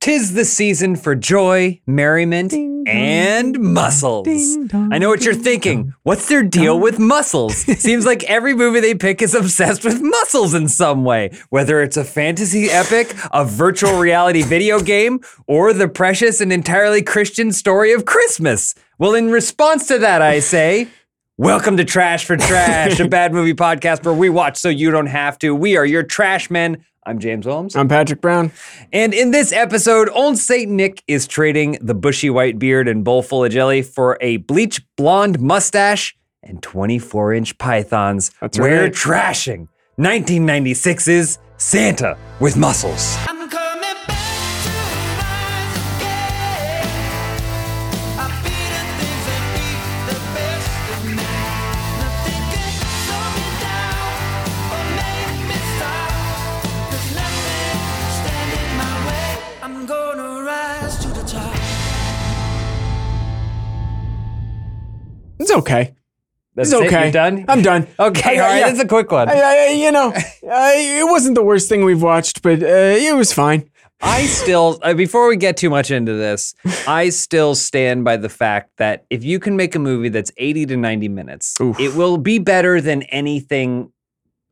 Tis the season for joy, merriment, and muscles. I know what you're thinking. What's their deal with muscles? Seems like every movie they pick is obsessed with muscles in some way, whether it's a fantasy epic, a virtual reality video game, or the precious and entirely Christian story of Christmas. Well, in response to that, I say. Welcome to Trash for Trash, a bad movie podcast where we watch so you don't have to. We are your trash men. I'm James Holmes. I'm Patrick Brown. And in this episode, old Saint Nick is trading the bushy white beard and bowl full of jelly for a bleach blonde mustache and 24 inch pythons. That's We're right. trashing 1996's Santa with muscles. I'm coming back to life again. I be the things that make the best of me. Nothing can slow me down or make me stop. There's nothing standing my way. I'm gonna rise to the top. It's okay. That's It's okay. It? You're done? I'm done. Okay, I- all right. yeah. That's a quick one. I, I, you know, I, it wasn't the worst thing we've watched, but uh, it was fine. I still, uh, before we get too much into this, I still stand by the fact that if you can make a movie that's 80 to 90 minutes, Oof. it will be better than anything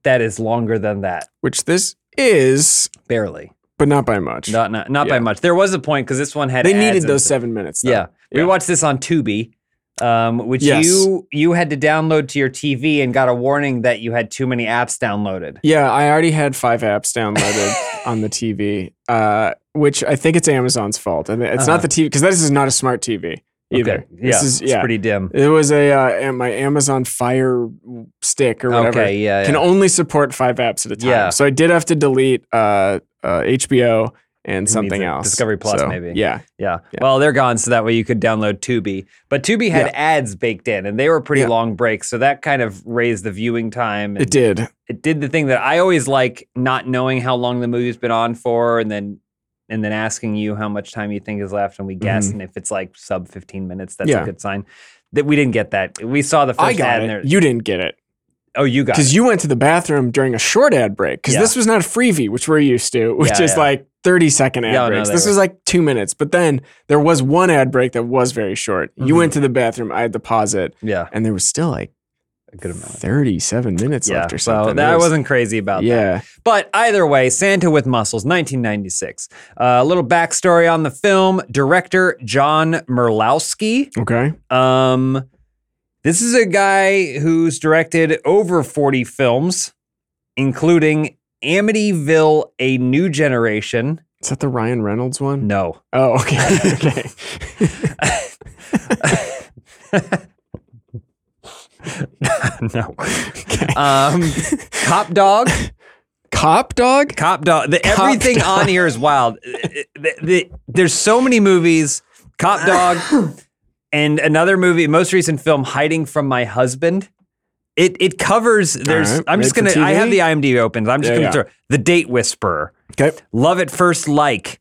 that is longer than that. Which this is, Barely. but not by much. Not not, not by Yeah. much. There was a point because this one had they ads needed and those stuff. seven minutes. Though. Yeah. We Yeah. watched this on Tubi. Um, which Yes. you you had to download to your TV and got a warning that you had too many apps downloaded. Yeah, I already had five apps downloaded on the TV, uh, which I think it's Amazon's fault. I mean, it's Uh-huh. not the TV because this is not a smart TV either. Okay. Yeah, This is it's yeah. pretty dim. it was a uh, am- my Amazon Fire stick or whatever. Okay, yeah. Can yeah. only support five apps at a time. Yeah. So I did have to delete uh, uh, HBO and needs something it. else. Discovery Plus, So, maybe. Yeah. Yeah. Yeah. Well, they're gone, so that way you could download Tubi. But Tubi had Yeah. ads baked in, and they were pretty Yeah. long breaks, so that kind of raised the viewing time. And It did. it did the thing that I always like, not knowing how long the movie's been on for, and then and then asking you how much time you think is left, and we guess, and if it's like sub fifteen minutes, that's a Mm-hmm. Yeah. good sign. That we didn't get that. We saw the first I got ad, and there, it. You didn't get it oh, you got because it. you went to the bathroom during a short ad break because Yeah. this was not a freebie, which we're used to, which Yeah, is yeah. like 30 second ad Yeah, no, breaks. they this were- was like two minutes. But then there was one ad break that was very short. Mm-hmm. You went to the bathroom. I had to pause it. yeah, And there was still like a good amount. 37 minutes Yeah, left or something. so It that I was- wasn't crazy about that. Yeah. But either way, Santa with Muscles, 1996. Uh, a little backstory on the film director John Merlowski. Okay. Um, this is a guy who's directed over 40 films, including Amityville A New Generation. Is that the Ryan Reynolds one? No. Oh, okay. okay. no. Um, Cop Dog. Cop Dog? Cop Dog. The, Cop everything on here is wild. Uh, The- the- there's so many movies. Cop Dog, and another movie, most recent film, Hiding from My Husband. It it covers. There's. right, I'm just made gonna. for I have the TV? IMDb open. I'm just Yeah, gonna yeah. throw the Date Whisperer, Okay. Love at First Like,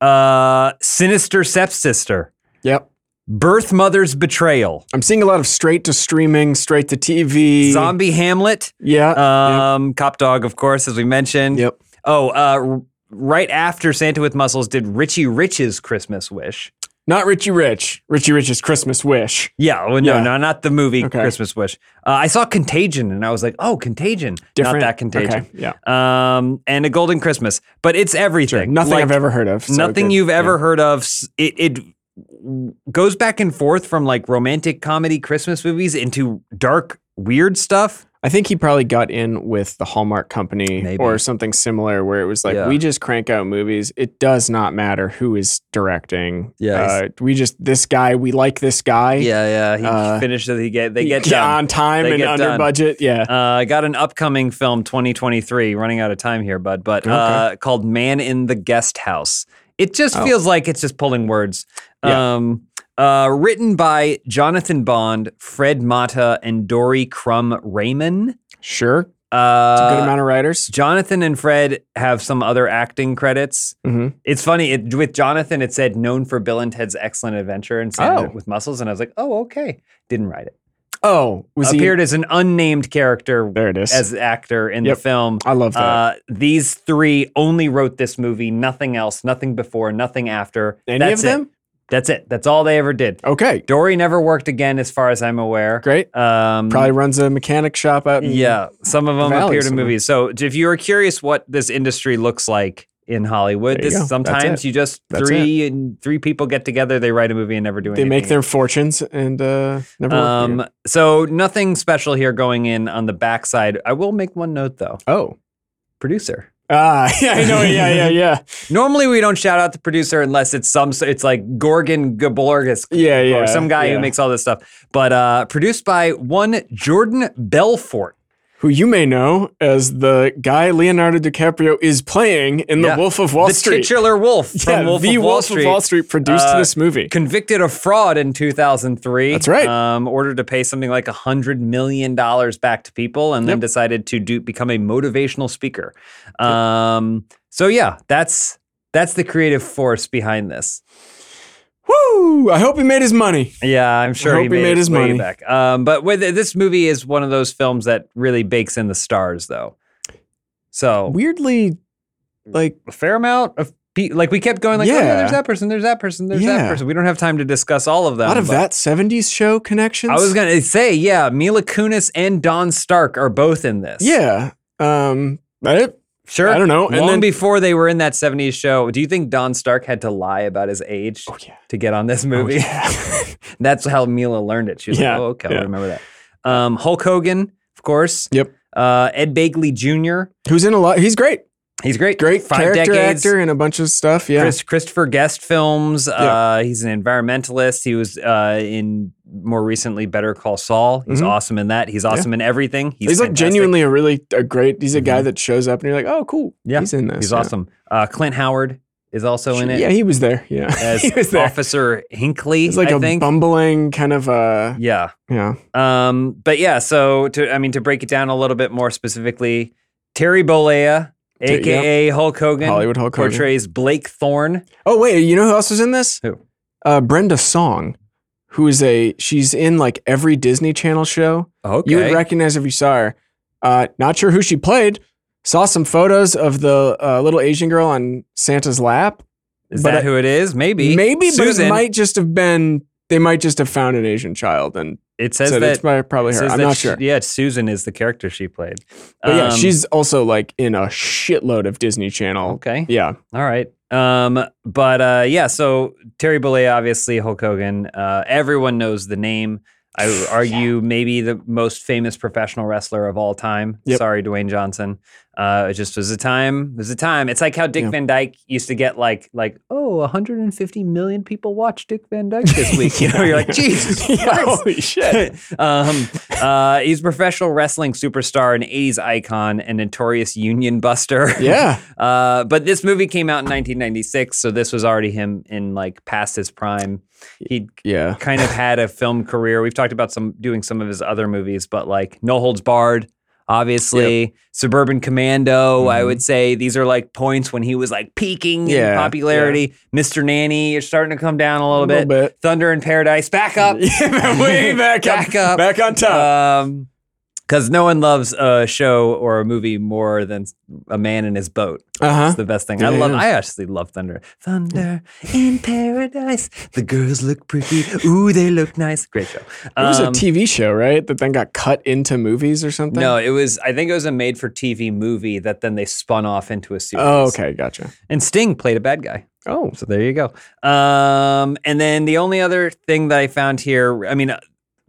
uh, Sinister Stepsister, Yep. Birth Mother's Betrayal, I'm seeing a lot of straight to streaming, straight to TV. Zombie Hamlet, Yeah. um, Cop Dog, of course, as we mentioned. yep. Oh, uh, r- right after Santa with Muscles did Richie Rich's Christmas Wish. Not Richie Rich. Richie Rich's Christmas Wish. Yeah, well, no, Yeah. no, not the movie Okay. Christmas Wish. Uh, I saw Contagion and I was like, oh, Contagion. Different. Not that Contagion. Okay, yeah. Um, and A Golden Christmas. But it's everything. Nothing Like, I've ever heard of. so nothing good. you've Yeah. ever heard of. S- It, it w- goes back and forth from like romantic comedy Christmas movies into dark, weird stuff. I think he probably got in with the Hallmark Company Maybe. or something similar, where it was like, Yeah. we just crank out movies. It does not matter who is directing. Yeah. Uh, we just this guy. We like this guy. Yeah, yeah. He Uh, finishes. He get they get Yeah, done. on time They and get under done. budget. Yeah. Uh, I got an upcoming film 2023, running out of time here, bud, but uh, called Man in the Guest House. It just Oh. feels like it's just pulling words. Yeah. Um, uh, written by Jonathan Bond, Fred Mata, and Dory Crum Raymond. sure. Uh, It's a good amount of writers. Jonathan and Fred have some other acting credits. hmm It's funny it, with Jonathan. It said known for Bill and Ted's Excellent Adventure and Santa Oh. with Muscles, and I was like, oh, okay. Didn't write it. Oh, was appeared as an unnamed character There it is. as actor in Yep. the film. he? I love that. Uh, these three only wrote this movie, nothing else, nothing before, nothing after. Any That's of it. them? That's it. That's all they ever did. Okay, Dory never worked again, as far as I'm aware. great. Um, Probably runs a mechanic shop out. In, Yeah, some of them Valley appeared in somewhere. movies. So if you are curious what this industry looks like in Hollywood, There you this go. That's sometimes it. you just That's three and three people get together, they write a movie and never do they anything. make their fortunes and uh, never. Um, um. So nothing special here going in on the backside. I will make one note though. oh, Producer. ah, yeah, I know. Yeah, yeah, yeah, Normally we don't shout out the producer unless it's some. It's like Gorgon Gaborgas yeah, yeah. or some guy yeah. who makes all this stuff. But uh, produced by one Jordan Belfort. who you may know as the guy Leonardo DiCaprio is playing in Yeah. The Wolf of Wall the Street. titular wolf from yeah, Wolf, the of, Wall Wolf Street, of Wall Street produced Uh, this movie. convicted of fraud in 2003. That's right. Um, ordered to pay something like $100 million back to people and then Yep. decided to do, become a motivational speaker. Um, so, yeah, that's that's the creative force behind this. Woo! I hope he made his money. Yeah, I'm sure hope he made, his way money. back. Um, but with, this movie is one of those films that really bakes in the stars, though. So, Weirdly, like a fair amount of people. Like we kept going, like, oh, yeah, Yeah. there's that person, there's that person, there's that Yeah. person. We don't have time to discuss all of a them. lot of but that '70s show connections. I was gonna say, yeah, Mila Kunis and Don Stark are both in this. Yeah. Um. I, sure. I don't know. Long And then- before they were in that '70s show, do you think Don Stark had to lie about his age oh yeah. to get on this movie? That's how Mila learned it. She was Yeah, like, "Oh, okay, yeah. I remember that." Um, Hulk Hogan, of course. Yep. Uh, Ed Begley Jr. Who's in a lot? He's great. He's great. Great Five character decades. actor in a bunch of stuff. Yeah. Chris, Christopher Guest films. Uh, he's an environmentalist. He was uh, in more recently Better Call Saul. He's Mhm. awesome in that. He's awesome in everything. he's like fantastic. Mm-hmm. genuinely a really a great. He's a guy that shows up and you're like, oh, cool. Yeah. He's in this. He's yeah. awesome. Uh, Clint Howard is also in it Yeah, he was there. Yeah. as he was there. Officer Hinckley. He's like I a think. bumbling kind of uh Yeah. yeah. Um, but yeah, so to I mean to break it down a little bit more specifically, Terry Bollea, Ter- aka Hulk Hogan, Hollywood Hulk Hogan. portrays Blake Thorne. Oh wait, you know who else was in this? Who? Uh Brenda Song, who is a she's in like every Disney Channel show. Okay. You would recognize if you saw her. Uh not sure who she played. Saw some photos of the uh, little Asian girl on Santa's lap. is but that I- who it is? Maybe. Maybe, but Susan. it might just have been they might just have found an Asian child and It says said that it's prob- probably her. Says I'm that not she- sure. yeah, Susan is the character she played. But yeah, Um, she's also like in a shitload of Disney Channel. okay. Yeah. All right. Um, but uh, yeah, so Terry Bollea, obviously Hulk Hogan. Uh, everyone knows the name. I would argue maybe the most famous professional wrestler of all time. Yep. Sorry, Dwayne Johnson. Uh, it just was a time. It was a time. It's like how Dick Yeah. Van Dyke used to get like like oh, 150 million people watch Dick Van Dyke this week. You know, you're like Jesus Yeah, Christ. holy shit. um, uh, he's a professional wrestling superstar, an 80s icon, and notorious union buster. Yeah. Uh, but this movie came out in 1996, so this was already him in like past his prime. He Yeah. kind of had a film career. We've talked about some doing some of his other movies, but like No Holds Barred, obviously, Suburban Commando. I would say these are like points when he was like peaking in Mm-hmm. Yeah, popularity. Mr. Nanny, you're starting to come down a little, little bit. Thunder in Paradise, back up. Way back, Back up. Back on top. Um, because no one loves a show or a movie more than a man in his boat. Uh huh. It's the best thing. I Yeah, love. yeah. I actually love Thunder. Thunder in paradise. The girls look pretty. Ooh, they look nice. Great show. It was a Um, TV show, right? That then got cut into movies or something. no, it was. I think it was a made-for-TV movie that then they spun off into a series. Oh, okay, gotcha. And Sting played a bad guy. Oh, So there you go. Um, and then the only other thing that I found here, I mean, uh,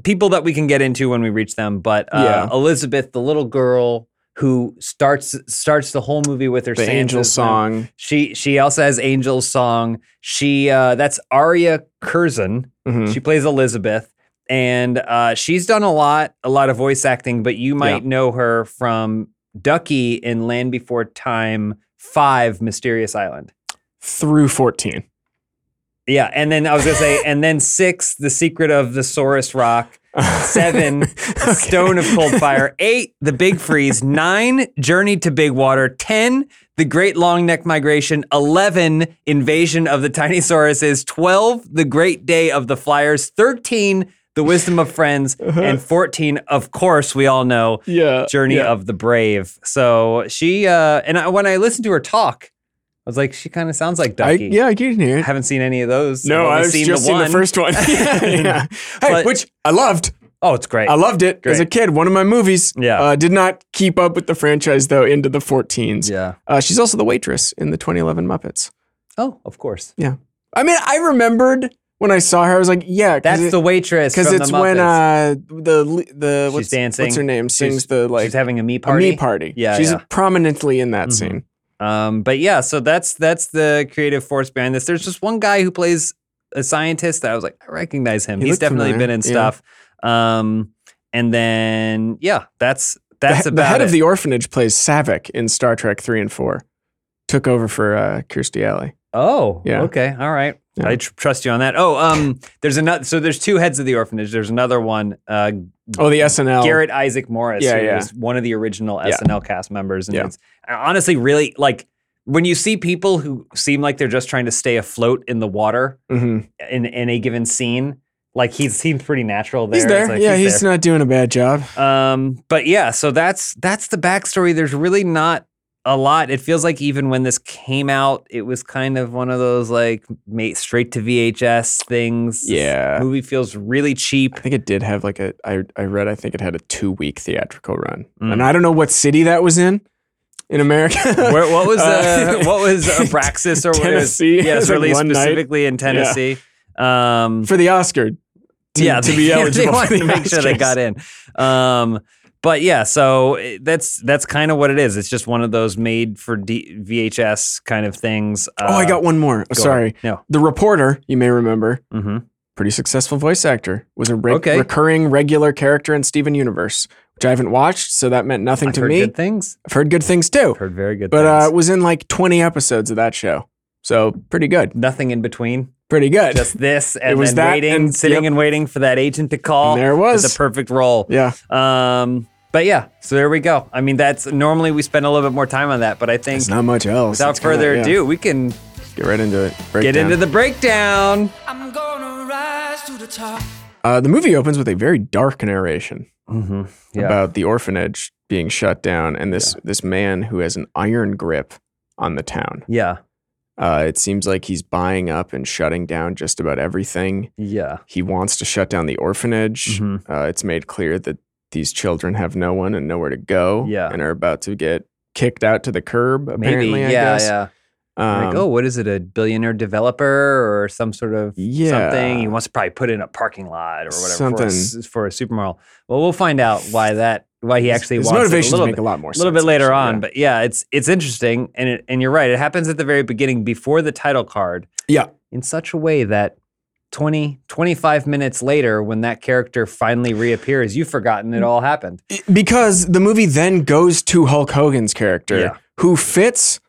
people that we can get into when we reach them, but uh, Elizabeth, the little girl who starts starts the whole movie with her the Santa's Angel mouth. song. She she also has Angel's song. She uh, that's Aria Curzon. Mhm. She plays Elizabeth, and uh, she's done a lot, a lot of voice acting. But you might know her from Ducky in Land Before Time Five, Mysterious Island. Through fourteen. Yeah, and then I was gonna say, and then six, the secret of the Saurus Rock. Seven, Okay. Stone of Cold Fire. Eight, the Big Freeze. Nine, Journey to Big Water. Ten, the Great Long Neck Migration. Eleven, Invasion of the Tiny Sauruses. Twelve, the Great Day of the Flyers. Thirteen, The Wisdom of Friends, and 14, of course, we all know, Uh-huh. Yeah. Journey yeah. of the Brave. So she, uh, and I, when I listened to her talk, I was like, she kind of sounds like I, Ducky. yeah, I can hear I it. haven't seen any of those. No, I've I've only just seen the first one. yeah, yeah. Hey, But- which I loved. Oh, it's great. I loved it as a Great. kid. One of my movies. Yeah. Uh, did not keep up with the franchise though into the 14s. yeah. Uh, she's also the waitress in the 2011 Muppets. Oh, of course. I mean, I remembered when I saw her. I was like, yeah, That's the waitress. because from it's the when Muppets. uh the the She's what's, dancing. what's her name sings She's- the like she's having a me a party. me party. Yeah, she's yeah. prominently in that Mhm. scene. Um, but yeah, so that's that's the creative force behind this. There's just one guy who plays a scientist that I was like, I recognize him. He He's looked definitely familiar, been in yeah. stuff. Um, and then yeah, that's The that's he- the, about head of it. the orphanage plays Savick in Star Trek three and four. Took over for uh, Kirstie Alley. Oh, Yeah. Okay, all right. Yeah. I tr- trust you on that. Oh, um, there's another. So there's two heads of the orphanage. There's another one, uh, Oh, the SNL. Garrett Isaac Morris, Yeah, who yeah. was one of the original Yeah. SNL cast members, and Yeah. it's honestly really like when you see people who seem like they're just trying to stay afloat in the water Mhm. in, in a given scene. Like he seems pretty natural there. He's there. It's like, yeah, he's, there. not doing a bad job. Um, but yeah, so that's that's the backstory. There's really not a lot. It feels like even when this came out, it was kind of one of those like ma- straight to VHS things. This Yeah. movie feels really cheap. I think it did have like a. I I read. I think it had a two week theatrical run, Mm. and I don't know what city that was in, in America. Where, what was uh, Uh, what was Abraxas or what is Tennessee. yeah, it's Like released one night. specifically in Tennessee. Um, for the Oscar. To, yeah, to be they, eligible. they for wanted the to make sure they Oscars. got in. Um, but yeah, so it- that's that's kind of what it is. It's just one of those made for D- VHS kind of things. Oh, I Uh, got one more. go Sorry. ahead. No. The reporter, you may remember, Mm-hmm. pretty successful voice actor, was a re- Okay. recurring regular character in Steven Universe, which I haven't watched, so that meant nothing I've to heard me. good things. I've heard good things too, I've heard very good but uh, things. was in like 20 episodes of that show, so pretty good, Nothing in between. pretty good. Just this and was then that waiting, and- sitting yep. and waiting for that agent to call. And there it was. It's a perfect role. yeah, Um, but yeah, so there we go. I mean, that's normally we spend a little bit more time on that, but I think it's not much else. without It's kinda- further yeah. ado, we can get right into it. get Breakdown. into the breakdown. I'm gonna rise to the top. Uh, the movie opens with a very dark narration Mm-hmm. Yeah. about the orphanage being shut down and this this man who has an iron grip on the town. yeah. Uh, it seems like he's buying up and shutting down just about everything. Yeah. He wants to shut down the orphanage. Mhm. Uh, it's made clear that these children have no one and nowhere to go Yeah. and are about to get kicked out to the curb, apparently. Maybe. I yeah. guess. Yeah. Um, like, oh, what is it? A billionaire developer or some sort of Yeah. something? He wants to probably put in a parking lot or whatever for a, Something. s- for a supermodel. Well, we'll find out why that why he actually his wants motivations it a little make bit. a lot more a little bit later on, But but yeah, it's it's interesting, and it, and you're right. It happens at the very beginning before the title card. Yeah. in such a way that 20, 25 minutes later, when that character finally reappears, you've forgotten Mm. it all happened. because the movie then goes to Hulk Hogan's character, Yeah. who fits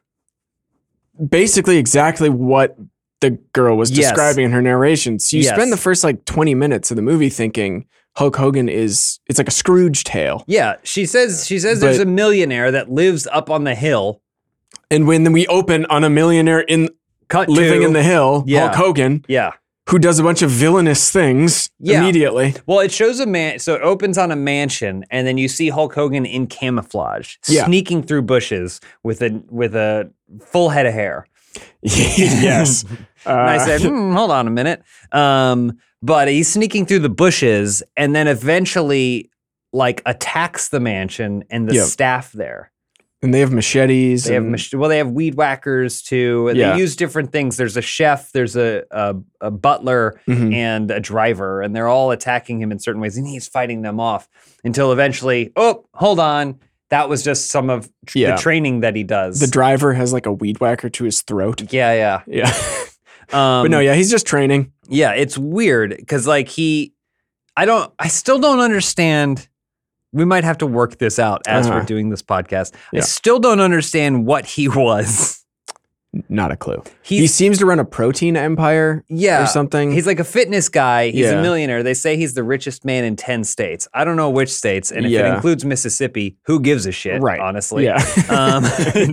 basically exactly what the girl was Yes. describing in her narration. So you Yes. spend the first like 20 minutes of the movie thinking Hulk Hogan is it's like a Scrooge tale. Yeah, she says she says there's But- a millionaire that lives up on the hill. And when we open on a millionaire in Cut living to- in the hill, Yeah. Hulk Hogan, yeah. who does a bunch of villainous things Yeah. immediately. Well, it shows a man. So it opens on a mansion, and then you see Hulk Hogan in camouflage, Yeah. sneaking through bushes with a with a full head of hair. yes. Uh, And I said, hmm, hold on a minute. Um, but he's sneaking through the bushes and then eventually like attacks the mansion and the Yeah. staff there. and they have machetes. They have and- mach- well, they have weed whackers too. and Yeah. They use different things. There's a chef, there's a a, a butler, Mhm. and a driver, and they're all attacking him in certain ways, and he's fighting them off until eventually, oh, hold on. That was just some of tr- Yeah. the training that he does. The driver has like a weed whacker to his throat. yeah, Yeah. yeah. Um, but no, yeah, he's just training. Yeah, it's weird because like he, I don't, I still don't understand. We might have to work this out as Uh-huh. we're doing this podcast. I Yeah. still don't understand what he was. Not a clue. he He's seems to run a protein empire yeah or something. He's like a fitness guy. He's Yeah. a millionaire. They say he's the richest man in ten states. I don't know which states, and if it Yeah. includes Mississippi, who gives a shit? Right. Honestly, Yeah. Um,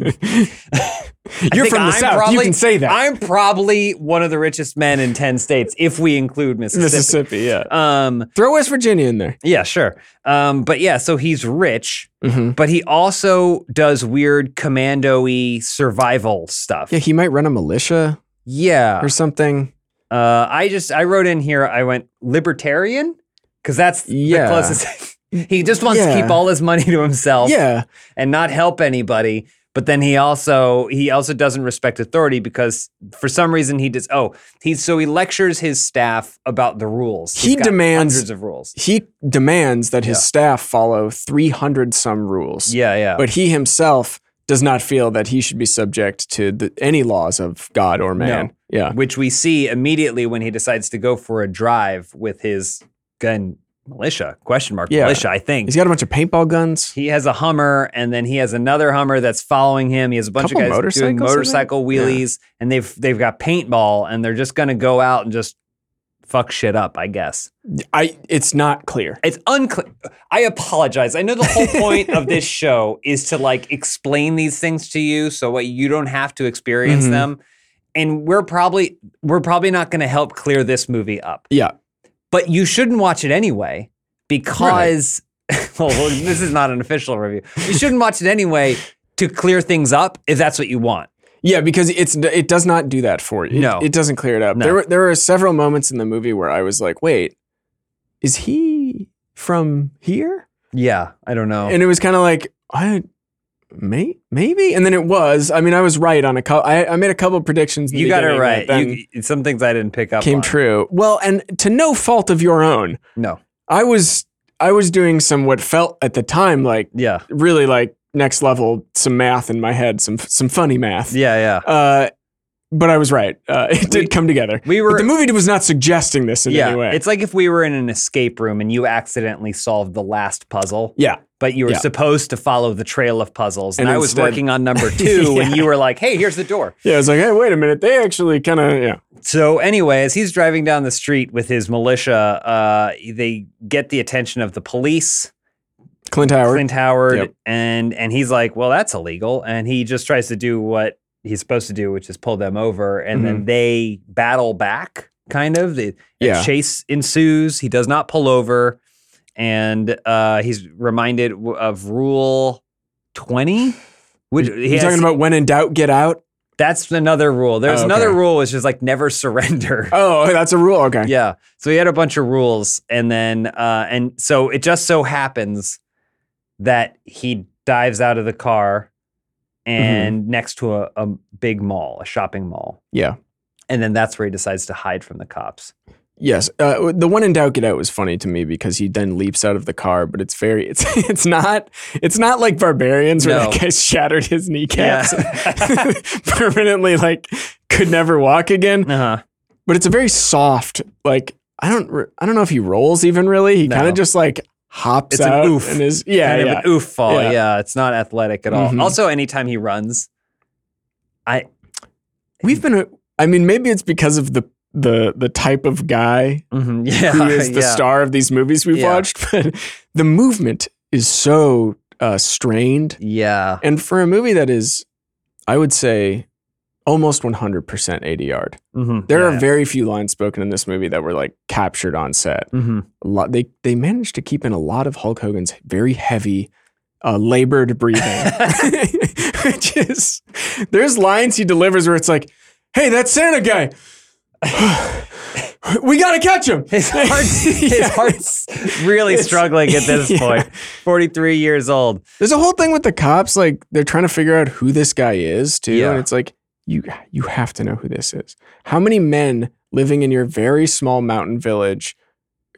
You're think from the I'm South. you probably- can say that. I'm probably one of the richest men in ten states if we include Mississippi. Mississippi, yeah. Um, Throw West Virginia in there. yeah, sure. Um, but yeah, so he's rich, Mhm. but he also does weird commando-y survival stuff. Yeah, he might run a militia Yeah. or something. Uh, I just I wrote in here. I went libertarian because that's Yeah. the closest. he just wants to Yeah. keep all his money to himself Yeah, and not help anybody. But then he also he also doesn't respect authority because for some reason he does. Oh, he so he lectures his staff about the rules. He He's got demands- hundreds of rules. he demands that his Yeah. staff follow 300 some rules. Yeah, yeah. But he himself does not feel that he should be subject to the, any laws of God or man. Yeah. which we see immediately when he decides to go for a drive with his gun militia question mark Yeah. militia. I think He's got a bunch of paintball guns. He has a Hummer, and then he has another Hummer that's following him. He has a bunch Couple of guys doing motorcycles, I motorcycle think? Yeah. wheelies, and they've they've got paintball, and they're just gonna go out and just fuck shit up. I guess I it's not clear. it's unclear. I apologize. I know the whole point of this show is to like explain these things to you, so what you don't have to experience Mhm. them. And we're probably we're probably not gonna help clear this movie up Yeah. but you shouldn't watch it anyway because well, well, this is not an official review. You shouldn't watch it anyway to clear things up if that's what you want. Yeah, because it's it does not do that for you. It- No. It, doesn't clear it up. No. There were there were several moments in the movie where I was like, "Wait, is he from here?" Yeah, I don't know. And it was kind of like, "I may maybe." And then it was. I mean, I was right on a couple. I, I made a couple predictions. in the you got it beginning that right. then You, some things I didn't pick up came on. true. Well, and to no fault of your own, No. I was I was doing some what felt at the time like Yeah. really like next level some math in my head, some some funny math. Yeah. Yeah. Uh, but I was right. Uh, it We- did come together. We But were. the movie was not suggesting this in yeah. any way. It's like if we were in an escape room and you accidentally solved the last puzzle, yeah, but you were Yeah. supposed to follow the trail of puzzles. And, And I was instead- working on number two, and you were like, "Hey, here's the door." yeah. It's like, hey, wait a minute. They actually kind of yeah. So, anyway, as he's driving down the street with his militia, uh, they get the attention of the police, Clint Howard. Clint Howard, Yep. and and he's like, "Well, that's illegal," and he just tries to do what he's supposed to do, which is pull them over, and then they battle back, kind of. The a Mm-hmm. Yeah. chase ensues. He does not pull over, and uh, he's reminded w- of Rule Twenty. Which he You're has, talking about when in doubt, get out. that's another rule. There's Oh, another okay. rule, which is like never surrender. Oh, that's a rule. Okay. Yeah. So he had a bunch of rules, and then uh, and so it just so happens that he dives out of the car Mm-hmm. and next to a, a big mall, a shopping mall, Yeah. and then that's where he decides to hide from the cops. Yes. Uh, the when in doubt, get out was funny to me because he then leaps out of the car, but it's very it's it's not it's not like barbarians where No. that guy shattered his kneecaps permanently, like could never walk again. Uh-huh. but it's a very soft like I don't re- I don't know if he rolls even really. He No. kind of just like hops It's an out oof. and is yeah kind yeah. of an oof fall. Yeah. Yeah. it's not athletic at all. Mhm. Also, anytime he runs, We've been I mean maybe it's because of the the the type of guy mhm, yeah, Mm-hmm. who is the yeah. star of these movies we've Yeah. watched, but the movement is so uh, strained. Yeah, And for a movie that is, I would say, almost 100% 80 yard, Mhm, there yeah. are very few lines spoken in this movie that were like captured on set. Mhm. a lot they they managed to keep in a lot of Hulk Hogan's very heavy uh, labored breathing which is there's lines he delivers where it's like hey that Santa guy we gotta catch him His heart's, his Yeah. heart's really It's- struggling at this yeah. point. 43 years old. there's a whole thing with the cops like they're trying to figure out who this guy is too Yeah. and it's like you you have to know who this is how many men living in your very small mountain village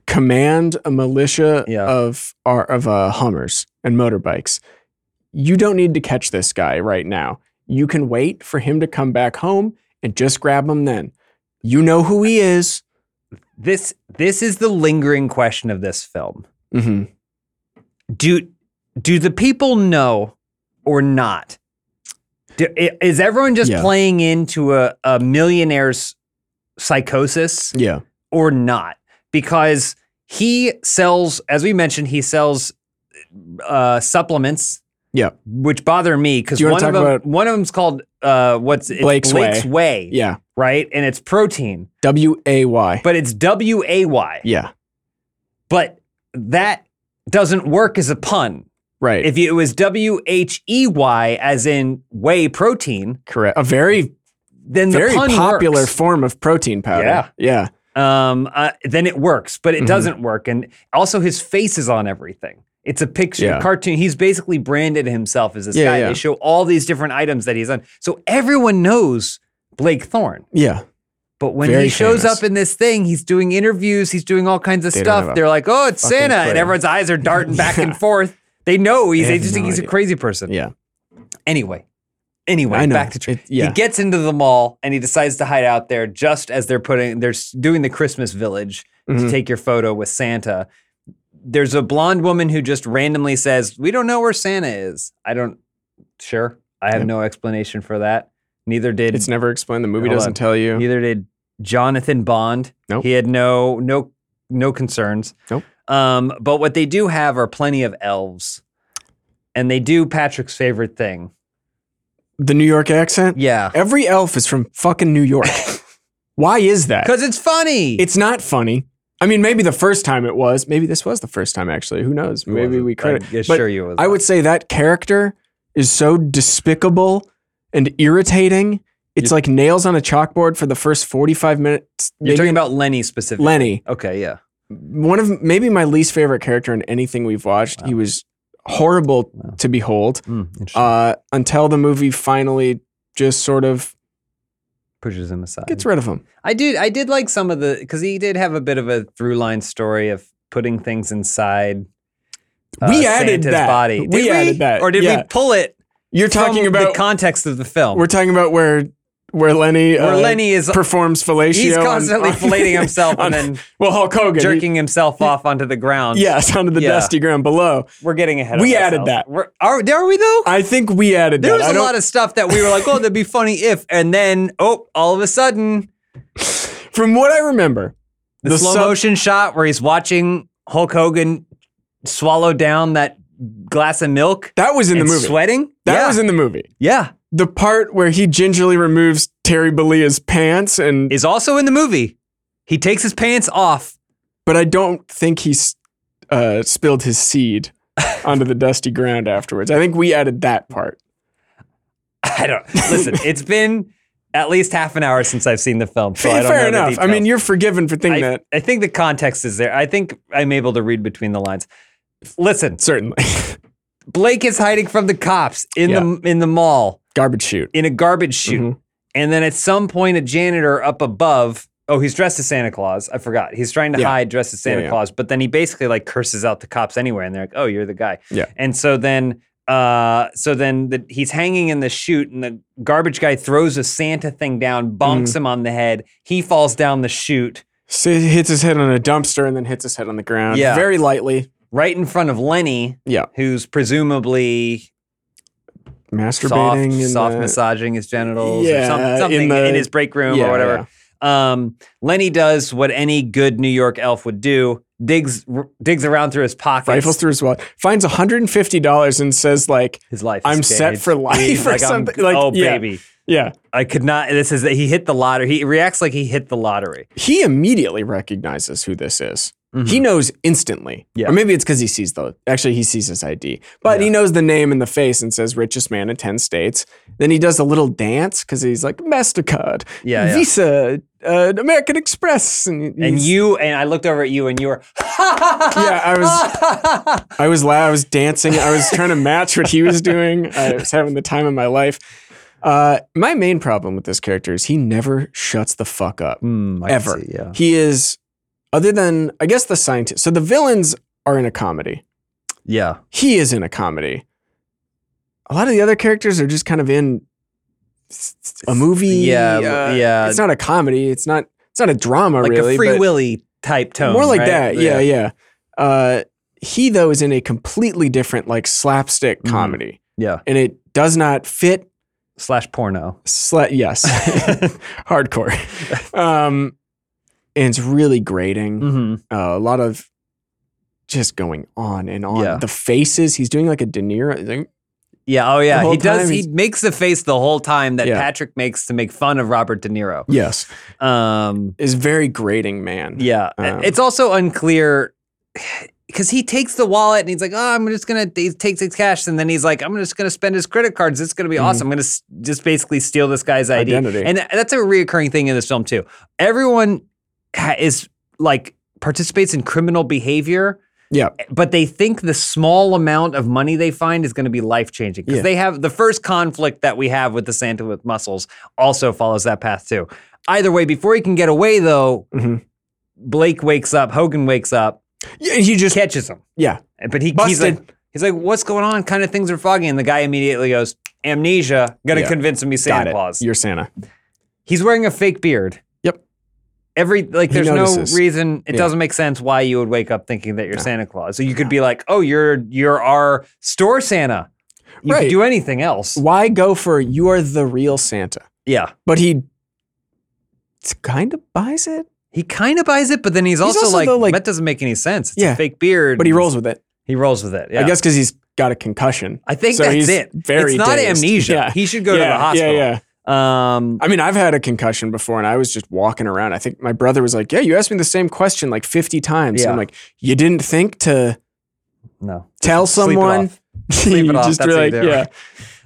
command a militia Yeah. of are of uh, hummers and motorbikes you don't need to catch this guy right now you can wait for him to come back home and just grab him then you know who he is This this is the lingering question of this film. mm-hmm. Do do the people know or not Do, i- is everyone just Yeah. playing into a, a millionaire's psychosis Yeah. or not? Because he sells, as we mentioned, he sells uh, supplements. Yeah. Which bother me because Do you wanna one of talk them, about- one of them's called uh, what's it's Blake's Blake's Way. Way, Yeah. right? And it's protein, W A Y. but it's W A Y. Yeah. But that doesn't work as a pun. Right. If it was W H E Y, as in whey protein, Correct. A very then the very pun popular works. form of protein powder. Yeah. Yeah. um, uh, then it works, but it Mhm. doesn't work. And also, his face is on everything. It's a picture, Yeah. cartoon. He's basically branded himself as this Yeah, guy. yeah. They show all these different items that he's on, so everyone knows Blake Thorne. Yeah. But when Very he shows famous. up in this thing, he's doing interviews, he's doing all kinds of They don't have stuff. a They're like, "Oh, it's fucking Santa," and clue. everyone's eyes are darting back and Yeah. forth. They know he's. They They have just think no he's a idea. crazy person. Yeah. Anyway, anyway, I know. back to tr- It- yeah. He gets into the mall and he decides to hide out there just as they're putting they're s- doing the Christmas village to Mhm. take your photo with Santa. There's a blonde woman who just randomly says, "We don't know where Santa is." I don't sure. I have Yep. no explanation for that. Neither did It's never explained. The movie Hold doesn't on. tell you. Neither did Jonathan Bond. Nope. He had no no no concerns. Nope. Um, but what they do have are plenty of elves. And they do Patrick's favorite thing. The New York accent? Yeah. Every elf is from fucking New York. Why is that? Because it's funny. It's not funny. I mean, maybe the first time it was. Maybe this was the first time, actually. Who knows? Maybe we could. I assure you it was I would say that character is so despicable and irritating. It's like nails on a chalkboard for the first 45 minutes. You're Maybe talking about Lenny specifically. Lenny, okay, yeah. one of maybe my least favorite character in anything we've watched. He was horrible Wow. to behold Mm, interesting. uh, until the movie finally just sort of Pushes him aside. gets rid of him. I did I did like some of the because he did have a bit of a through line story of putting things inside uh, we added Santa's that. body. Did we, added that. Or did Yeah. we pull it You're talking from about the context of the film? We're talking about where where Lenny where uh, Lenny is performs fellatio. he's on- constantly on- filleting himself and then well Hulk Hogan he- jerking himself off onto the ground. yes onto the Yeah. dusty ground below. we're getting ahead. We of added ourselves. that. We're, are are we though? I think we added There that. was I a don't- lot of stuff that we were like, oh, that'd be funny if, and then oh, all of a sudden from what I remember. the, The slow sub- motion shot where he's watching Hulk Hogan swallow down that glass of milk That was in and the movie. sweating. That yeah. was in the movie. yeah, The part where he gingerly removes Terry Bellea's pants and is also in the movie. He takes his pants off. but I don't think he s- uh, spilled his seed onto the dusty ground afterwards. I think we added that part. I don't listen. it's been at least half an hour since I've seen the film, so I don't know Fair the enough. I details. mean, you're forgiven for thinking I, that. I think the context is there. I think I'm able to read between the lines. Listen, Certainly. Blake is hiding from the cops in the in the mall Garbage shoot. in a garbage chute, Mm-hmm. and then at some point, a janitor up above. Oh, he's dressed as Santa Claus. I forgot. He's trying to Yeah. hide dressed as Santa yeah. Claus, but then he basically like curses out the cops anyway, and they're like, "Oh, you're the guy." Yeah. And so then, uh, so then the, he's hanging in the chute, and the garbage guy throws a Santa thing down, bonks Mm-hmm. him on the head. He falls down the chute. So he hits his head on a dumpster and then hits his head on the ground. Yeah. Very lightly. right in front of Lenny, Yeah. who's presumably soft, Masturbating. soft and, uh, massaging his genitals or Yeah, some, in something in, the- his break room yeah, or whatever. Um, Lenny does what any good New York elf would do: digs r- digs around through his pockets. Rifles through his wallet. Finds $150 and says, like, his life. is I'm set staged. for life He's or like, I'm- something. Like, oh yeah. baby, yeah. I could not. This is that he hit the lottery. He reacts like he hit the lottery. He immediately recognizes who this is. He knows instantly. Mm-hmm. Yeah. Or maybe it's because he sees the, actually, he sees his ID, but he knows the name and the face and says, richest man in 10 states. Then he does a little dance because he's like, MasterCard, Yeah, yeah. Visa, uh, American Express. And, And he's- you and I looked over at you, and you were yeah, I was. I was loud. I was dancing. I was trying to match what he was doing. I was having the time of my life. Uh, my main problem with this character is he never shuts the fuck up Hmm, I can ever. see, yeah. He is, other than I guess the scientist. So the villains are in a comedy. yeah, He is in a comedy. A lot of the other characters are just kind of in s- s- a movie. Yeah, uh, yeah. It's not a comedy. It's not. It's not a drama. like really, a free but- willy type tone. more like right? that. Yeah, yeah. Uh, he though is in a completely different like slapstick Mhm. comedy, yeah. and it does not fit. slash porno. Sla- yes, hardcore. Um, and it's really grating. Mm-hmm. Uh, a lot of just going on and on. Yeah. The faces he's doing like a De Niro. Like, Yeah. Oh, yeah. whole He does. time He he's- makes the face the whole time that Yeah. Patrick makes to make fun of Robert De Niro. yes, Um, is very grating, man. yeah. Um, it's also unclear because he takes the wallet and he's like, "Oh, I'm just gonna." He takes his cash and then he's like, "I'm just gonna spend his credit cards. It's gonna be awesome. I'm gonna s- just basically steal this guy's ID." Mm-hmm. Identity. And that's a reoccurring thing in this film too. Everyone ha- is like participates in criminal behavior. yeah. but they think the small amount of money they find is going to be life changing because Yeah. they have the first conflict that we have with the Santa with muscles also follows that path too. Either way, before he can get away though, Mhm. Blake wakes up, Hogan wakes up, Yeah, He just catches him, yeah. And- but he, he's Busted. like, he's like, "What's going on?" Kind of things are foggy, and the guy immediately goes, "Amnesia." Going to Yeah. convince him he's Santa got Claus. it. You're Santa. He's wearing a fake beard. Yep. Every like, He there's no notices. reason. It Yeah. doesn't make sense why you would wake up thinking that you're Santa Claus. So you could be like, oh, you're you're our store Santa. You could Right. do anything else. Why go for you are the real Santa? Yeah. But he kind of buys it. He kind of buys it, but then he's also, also, like, though, like- that doesn't make any sense. It's a Yeah. fake beard. But he rolls with it. He rolls with it. Yeah. I guess because he's got a concussion. I think So that's he's it. very it's not dazed. amnesia. Yeah. He should go yeah, to the hospital. Yeah, yeah. Um, I mean, I've had a concussion before and I was just walking around. I think my brother was like, Yeah, you asked me the same question like 50 times. Yeah. And I'm like, You didn't think to no. tell Sleep it someone? off. Sleep it You off. just That's were what you like, do.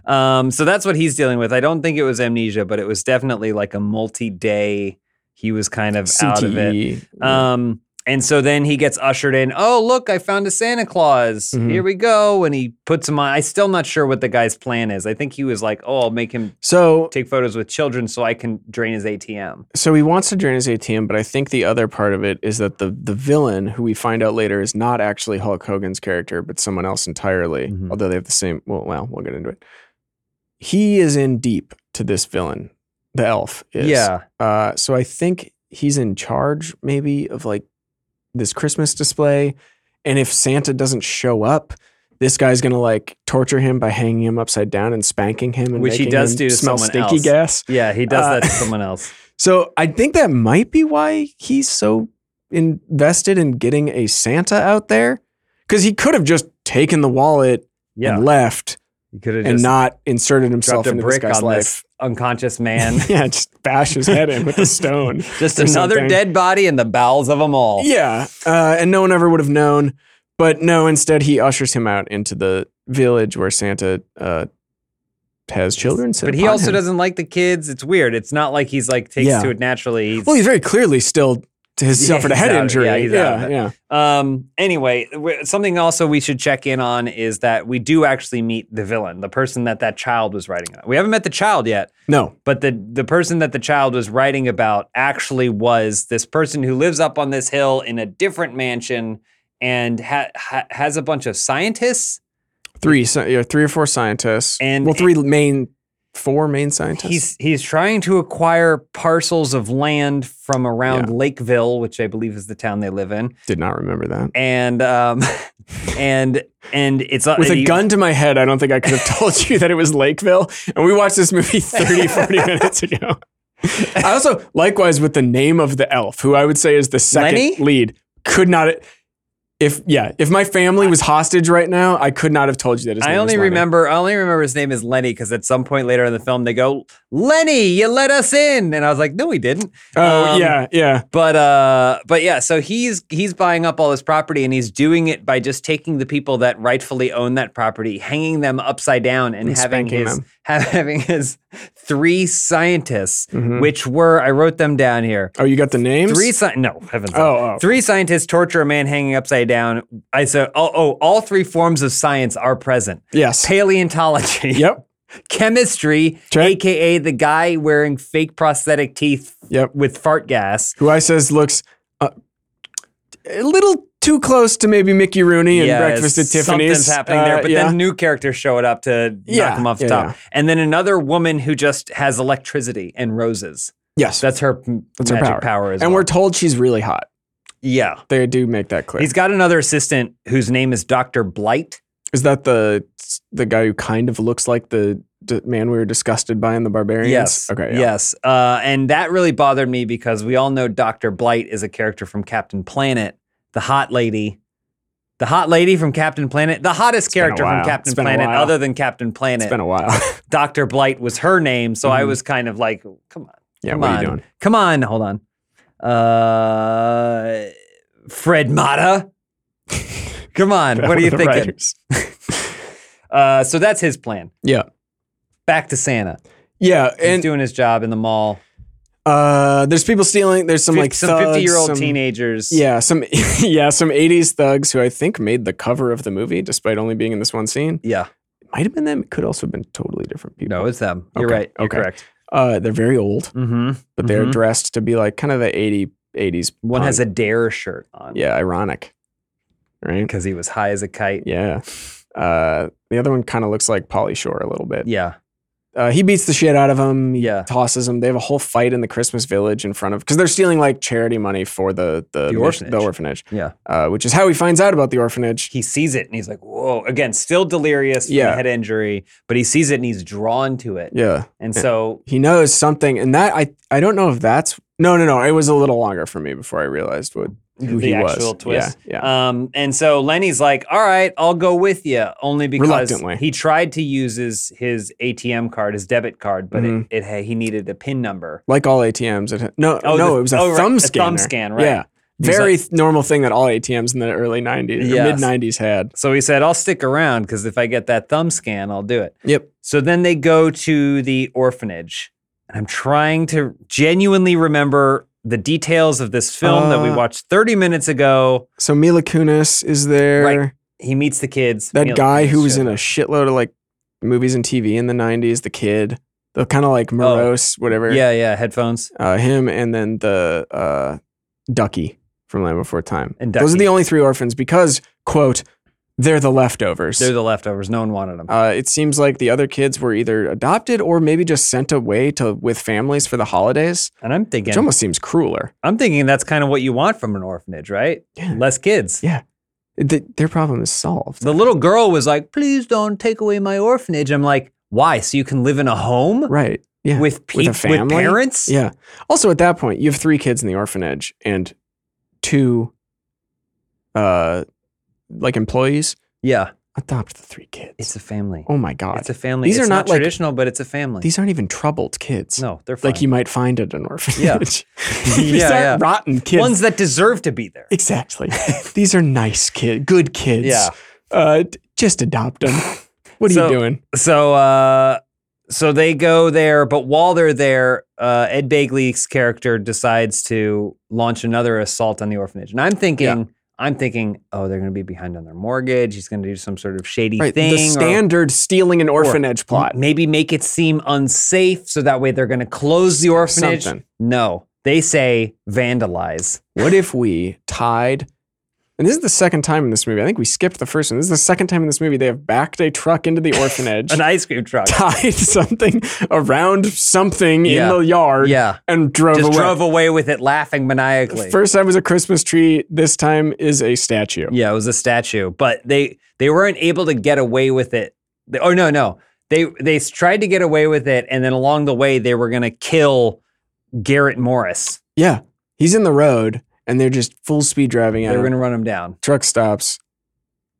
Yeah. Um, so that's what he's dealing with. I don't think it was amnesia, but it was definitely like a multi-day. He was kind of out of it. CTE. Um, and so then he gets ushered in. Oh, look, I found a Santa Claus. Mhm. Here we go. And he puts him on. I'm still not sure what the guy's plan is. I think he was like, oh, I'll make him so take photos with children so I can drain his ATM. so he wants to drain his ATM, but I think the other part of it is that the the villain who we find out later is not actually Hulk Hogan's character, but someone else entirely. Mhm. Although they have the same. Well, well, we'll get into it. He is in deep to this villain. The elf is. Yeah. Uh, so I think he's in charge, maybe, of like this Christmas display. And if Santa doesn't show up, this guy's gonna like torture him by hanging him upside down and spanking him, and Which he making does him do to smell someone stinky else. gas. Yeah, he does Uh, that to someone else. So I think that might be why he's so invested in getting a Santa out there, because he could have just taken the wallet Yeah. and left He could have and just not inserted himself dropped a into this brick guy's on life. this unconscious man. Yeah, just bash his head in with a stone. just Or another something. dead body in the bowels of them all. Yeah, uh, and no one ever would have known. But no, instead he ushers him out into the village where Santa uh, has children. sit But he upon also him. doesn't like the kids. It's weird. It's not like he's like takes Yeah. to it naturally. He's- Well, he's very clearly still has Yeah, suffered a he's head out of it. injury. Yeah, he's out of yeah, it. yeah. Um, anyway, w- something also we should check in on is that we do actually meet the villain, the person that that child was writing about. We haven't met the child yet, No, but the the person that the child was writing about actually was this person who lives up on this hill in a different mansion and ha- ha- has a bunch of scientists. three, sci- yeah, three or four scientists, And- well, three main, four main scientists. He's he's trying to acquire parcels of land from around Lakeville, which I believe is the town they live in, Did not remember that. and um, and and it's With a he- gun to my head, I don't think I could have told you that it was Lakeville. And we watched this movie 30, 40 minutes ago. I also, likewise, with the name of the elf, who I would say is the second Lenny? lead, could not. If yeah, if my family was hostage right now, I could not have told you that. His I name was only Lenny. remember I only remember his name is Lenny because at some point later in the film they go, Lenny, you let us in. And I was like, no, he didn't. Oh Um, yeah, yeah. But uh but yeah, so he's he's buying up all this property and he's doing it by just taking the people that rightfully own that property, hanging them upside down and, And having spanking his them. ha- having his three scientists, Mhm. which were I wrote them down here. Oh, you got the names. Three sci- no, heavens. no. Oh, oh. Three scientists torture a man hanging upside down. I said, oh, oh, all three forms of science are present. yes. Paleontology. Yep. chemistry, Check. aka the guy wearing fake prosthetic teeth Yep. with fart gas. who I says looks uh, a little too close to maybe Mickey Rooney and Breakfast at Tiffany's. Something's happening Uh, there, but yeah. then new characters showing up to Yeah, knock him off the yeah, top. yeah. And then another woman who just has electricity and roses. yes, That's her m- That's her magic power. as and well. we're told she's really hot. yeah. They do make that clear. He's got another assistant whose name is Dr. Blight. Is that the the guy who kind of looks like the d- man we were disgusted by in The Barbarians? Yes. Okay. yeah. Yes. Uh, and that really bothered me because we all know Dr. Blight is a character from Captain Planet, the hot lady. The hot lady from Captain Planet, the hottest been a character from while. Captain It's been a Planet, while. other than Captain It's Planet. been a while. Dr. Blight was her name. So I was kind of like, come on. yeah. come What on. are you doing? Come on. Hold on. Uh, Fred Mata. come on. what are you The thinking? writers. Uh, so that's his plan. Yeah. Back to Santa. Yeah. He's And doing his job in the mall. uh, there's people stealing. There's some Fif- like some 50 year old thugs, some- teenagers. Yeah, some yeah, some 80s thugs who I think made the cover of the movie despite only being in this one scene. Yeah. It might have been them, it could also have been totally different people. No, it's them. You're Okay, right. You're okay. correct. Uh, they're very old, Mm-hmm. but they're dressed to be like kind of the 80 80s. One has a punk. dare shirt on. Um, Yeah, ironic. Right? Because he was high as a kite. Yeah. Uh, the other one kind of looks like Polly Shore a little bit. Yeah. Uh, he beats the shit out of him. He Yeah. tosses him. They have a whole fight in the Christmas village in front of because they're stealing like charity money for the the, The mission- orphanage. the orphanage, Yeah. uh, which is how he finds out about the orphanage. He sees it and he's like, whoa. Again, still delirious from Yeah. the head injury, but he sees it and he's drawn to it. Yeah, And so, he knows something and that i i don't know if that's no no no it was a little longer for me before i realized what who The he actual was twist. yeah, yeah. um, and so Lenny's like, all right, I'll go with you. Only because Reluctantly. he tried to use his, his ATM card, his debit card, but Mhm. it, it he needed a PIN number. like all atms it, no Oh, no the- it was a oh, right, thumb a scan thumb scan, right. yeah He was very th- normal thing that all atms in the early 90s Yes. mid 90s had So he said, I'll stick around because if I get that thumb scan, I'll do it. yep So then they go to the orphanage. And I'm trying to genuinely remember the details of this film that we Uh, watched 30 minutes ago. so mila kunis is there Right. He meets the kids. that Mila guy Kunis who was shows in a up. shitload of like movies and tv in the 90s the kid the kind of like morose whatever Oh. Yeah, yeah, headphones. uh, him and then the uh, Ducky from Land Before Time. And Those are Ducky. the only three orphans because, quote, they're the leftovers. They're the leftovers. No one wanted them. uh, it seems like the other kids were either adopted or maybe just sent away to with families for the holidays, and I'm which thinking, almost seems crueler. I'm thinking that's kind of what you want from an orphanage, right? Yeah. Less kids. Yeah. Th- their problem is solved. The little girl was like, please don't take away my orphanage. I'm like, why? So you can live in a home Right. Yeah. with, peop- With a family? parents? yeah. Also, at that point, you have three kids in the orphanage and two, uh, like employees. Yeah. Adopt the three kids. It's a family. oh my god. It's a family. These These are it's are not, not, like- traditional, but it's a family. These aren't even troubled kids. no, they're fine. Like you might find at an orphanage. These Yeah, aren't yeah. rotten kids. ones that deserve to be there. exactly. These are nice kids, good kids. Yeah. Uh, d- just adopt them. What are So- you doing? So, uh, so they go there, but while they're there, uh, Ed Bagley's character decides to launch another assault on the orphanage, and I'm thinking. I'm thinking, oh, they're going to be behind on their mortgage. He's going to do some sort of shady Right. thing. the or- standard stealing an orphanage plot. M- Maybe make it seem unsafe so that way they're going to close the orphanage. Something. No, they say vandalize. What if we tied? And this is the second time in this movie. I think we skipped the first one. This is the second time in this movie they have backed a truck into the orphanage, An ice cream truck. tied something around something Yeah. in the yard, yeah. and drove Just away. drove away with it laughing maniacally. First time was a Christmas tree. This time is a statue. Yeah, it was a statue, but they they weren't able to get away with it. They, oh no, no, they they tried to get away with it, and then along the way they were gonna kill Garrett Morris. Yeah. He's in the road and they're just full speed driving at They were him. gonna run him down. Truck stops.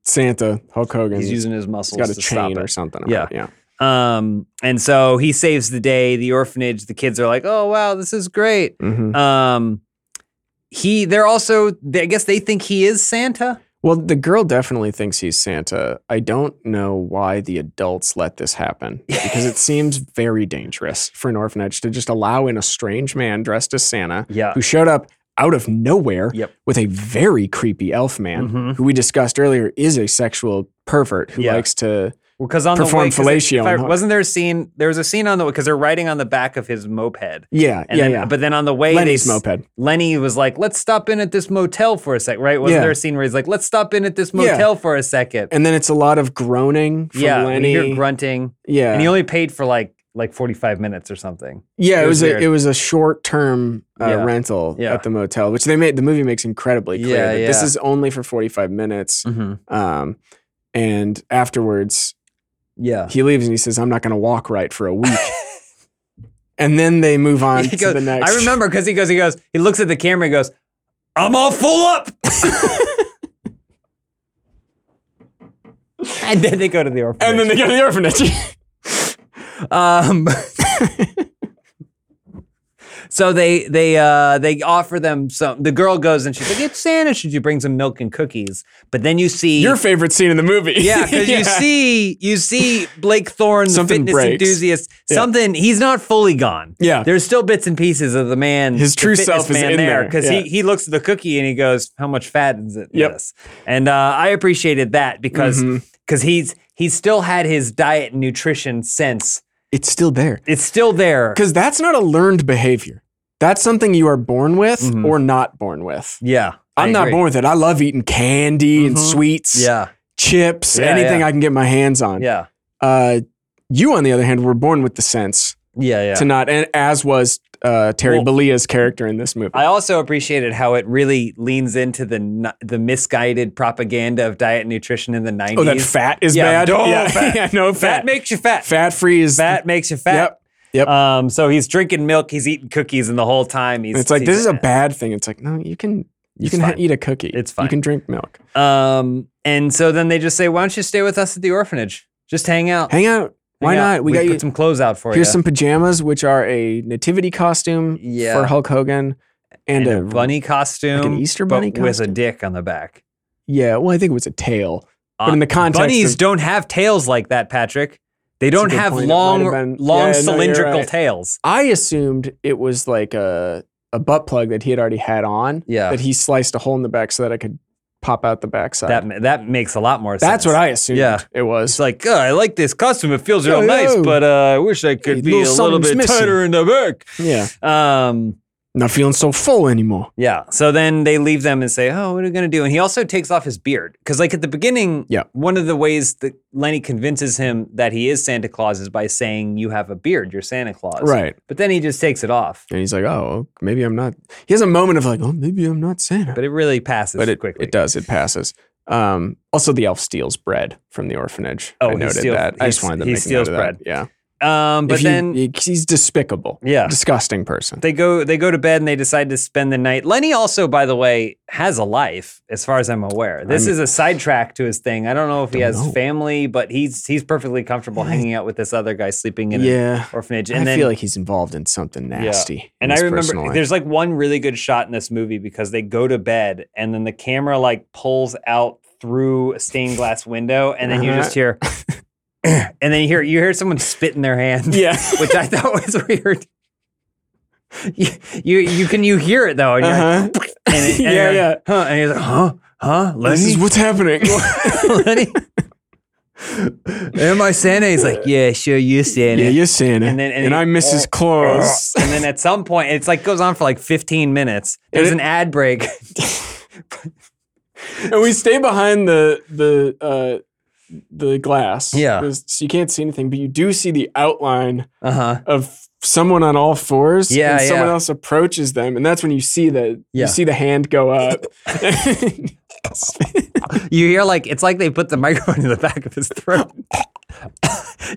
Santa, Hulk Hogan. He's He's using his muscles got a to stop chain it. or something. Yeah. around- Yeah. Um, and so he saves the day. The orphanage. The kids are like, "Oh wow, this is great." Mhm. Um, he. They're also. They, I guess they think he is Santa. Well, the girl definitely thinks he's Santa. I don't know why the adults let this happen because it seems very dangerous for an orphanage to just allow in a strange man dressed as Santa Yeah. who showed up out of nowhere Yep. with a very creepy elf man Mhm. who we discussed earlier is a sexual pervert who Yeah. likes to Because on Perform the way, 'cause if fellatio I- on her. wasn't there a scene? There was a scene on the way because they're riding on the back of his moped. yeah And yeah then, yeah But then on the way, Lenny's they, s- moped Lenny was like, "Let's stop in at this motel for a sec." Right? Wasn't Yeah. there a scene where he's like, "Let's stop in at this Yeah. motel for a second? and then it's a lot of groaning from yeah, Lenny. you hear grunting, yeah, and he only paid for like like forty five minutes or something. yeah. It, it was was, a weird. it was a short term uh, Yeah. rental Yeah. at the motel, which they made the movie makes incredibly clear Yeah, that this yeah. Mm. is only for forty five minutes. Mm-hmm. Um, and afterwards, Yeah. He leaves and he says, I'm not going to walk right for a week. and then they move on He to goes, the next. I remember because he goes, he goes, he looks at the camera and goes, I'm all full up. and then they go to the orphanage. And then they go to the orphanage. Um, so they they uh, they offer them some. The girl goes and she's like, "It's Santa. Should you bring some milk and cookies?" But then you see Your favorite scene in the movie. yeah, because you see you see Blake Thorne, the Something fitness breaks. enthusiast. Yeah. Something he's not fully gone. Yeah. there's still bits and pieces of the man. His the true fitness self is man in there. because Yeah. he he looks at the cookie and he goes, "How much fat is it?" in Yep. Mm-hmm. this?" And uh, I appreciated that because because he's he's still had his diet and nutrition sense. It's still there. It's still there. Because that's not a learned behavior. That's something you are born with or not born with. Yeah, Mm-hmm. I I'm not agree. Mm-hmm. born with it. I love eating candy and sweets, Yeah, chips, Yeah, anything yeah. I can get my hands on. yeah, Uh, you, on the other hand, were born with the sense yeah, yeah. to not, and as was uh, Terry Well- Belia's character in this movie. I also appreciated how it really leans into the n- the misguided propaganda of diet and nutrition in the 90s. oh, that fat is Yeah, bad. no yeah, fat. yeah, no fat. Fat makes you fat. fat free is Fat makes you fat. Yep. Yep. Um, so he's drinking milk, he's eating cookies, and the whole time he's. it's like this he's- is a bad thing. It's like no, you can you It's can ha- fine. eat a cookie. It's You fine. can drink milk. Um, and so then they just say, "Why don't you stay with us at the orphanage? Just hang out. Hang out. Why Hang out. not? We, got put you. some clothes out for Here's you. some pajamas, which are a nativity costume Yeah. for Hulk Hogan and, and a bunny costume, Easter but bunny with a costume? dick on the back. Yeah, well, I think it was a tail. But Uh, in the context, bunnies of, don't have tails like that, Patrick. They don't good have point. It might long, have been- Yeah, long no, you're cylindrical right. tails. I assumed it was like a a butt plug that he had already had on. Yeah. that he sliced a hole in the back so that I could pop out the backside. That ma- that makes a lot more sense. That's what I assumed. Yeah. it It's was. like "Oh, I like this costume. It feels real Yeah, nice, yeah. but uh, I wish I could Hey, be a little little something's bit missing. tighter in the yeah, back. Um, not feeling so full anymore. yeah. So then they leave them and say, "Oh, what are we gonna do?" And he also takes off his beard because, like at the beginning, Yeah. one of the ways that Lenny convinces him that he is Santa Claus is by saying, "You have a beard. You're Santa Claus." Right. But then he just takes it off. And he's like, oh, maybe I'm not. He has a moment of like, oh, maybe I'm not Santa. But it really passes But it, quickly. it does. It passes. Um, also, the elf steals bread from the orphanage. Oh, I he noted steals- that. I he just wanted to s- he make a note steals of that. bread. Yeah. Um, but If you- then he- he's despicable. Yeah. Disgusting person. they go they go to bed and they decide to spend the night. Lenny also, by the way, has a life, as far as I'm aware. This mean- is a sidetrack to his thing. I don't know if he Don't has know. family, but he's he's perfectly comfortable hanging out with this other guy sleeping in an yeah. orphanage. I And then feel like he's involved in something nasty. in and I his remember personal life. there's like one really good shot in this movie because they go to bed and then the camera like pulls out through a stained glass window and then you Uh-huh. just hear and then you hear you hear someone spit in their hand. yeah. which I thought was weird. You, you you can you hear it though, and you're like, Uh-huh. and it- and Yeah, you're like, yeah. huh, and he's like, huh, huh, This is Lenny, what's happening. Lenny, am I Santa? He's like, yeah, sure, you're Santa. yeah, you're Santa. And then- and he- I'm Mrs. Claus. and then at some point, it's like goes on for like 15 minutes. There's it- an ad break. and we stay behind the the uh, the glass. Yeah. There's- So you can't see anything, but you do see the outline Uh huh. of someone on all fours. Yeah, And someone yeah. else approaches them, and that's when you see the Yeah. you see the hand go up. You hear like it's like they put the microphone in the back of his throat.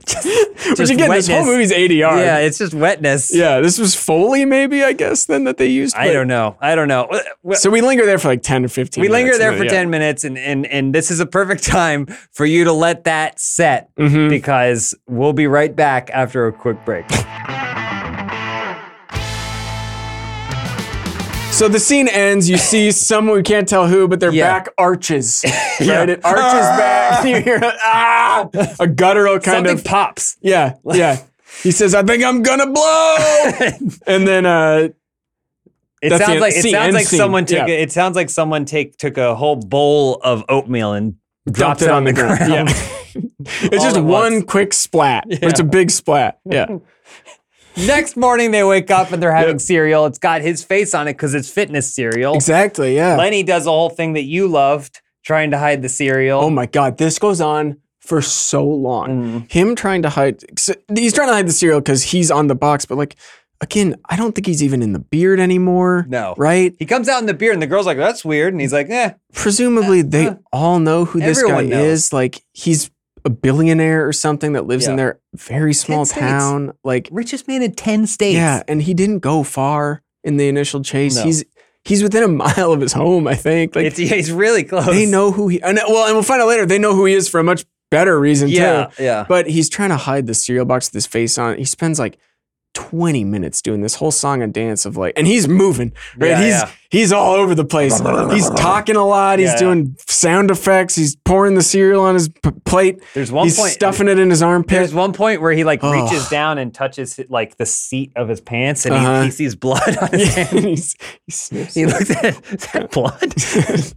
just, Which just again, this whole wetness. movie's ADR. Yeah, it's just wetness. Yeah, This was Foley, maybe I guess then that they used. I but- don't know. I don't know. Wh- So we linger there for like ten or fifteen. we linger minutes, there and for then- 10 minutes and, and and this is a perfect time for you to let that set yeah. Mhm. because we'll be right back after a quick break So the scene ends. You see someone we can't tell who, but their Yeah. back arches. Right, Yeah. Ah! it arches back. You hear a, ah, a guttural kind something of pops yeah, yeah. He says, "I think I'm gonna blow," and then uh, it That's the sounds end- like it scene, sounds end like scene, someone took yeah. a, it sounds like someone take took a whole bowl of oatmeal and dropped dropped it on the ground, Yeah. it's All just at one once. quick splat, but it's a big splat. Yeah, next morning they wake up and they're having cereal it's got his face on it because it's fitness cereal exactly. Yeah. lenny does a whole thing that you loved trying to hide the cereal oh my god, this goes on for so long. Mm-hmm. Him trying to hide. so- He's trying to hide the cereal because he's on the box, but like. Again, I don't think he's even in the beard anymore. No. Right? he comes out in the beard and the girl's like that's weird and he's like eh presumably they all know who this guy everyone knows. is. Like he's a billionaire or something that lives in Yeah. their very small states. town. Like, Richest man in 10 states. yeah, and he didn't go far in the initial chase. No. He's he's within a mile of his home, I think. Like, it's, yeah, he's really close. they know who he. And, well, and we'll find out later. They know who he is for a much better reason Yeah, too. yeah. But he's trying to hide the cereal box with his face on. it. He spends like. 20 minutes doing this whole song and dance of like and he's moving right Yeah, he's yeah. he's all over the place he's talking a lot he's Yeah, yeah. doing sound effects he's pouring the cereal on his p- plate There's one he's point- stuffing it in his armpit There's one point where he like Ugh. reaches down and touches like the seat of his pants, and Uh-huh. he, he sees blood on his hand. he's, he sniffs He it. looks at it, is that blood.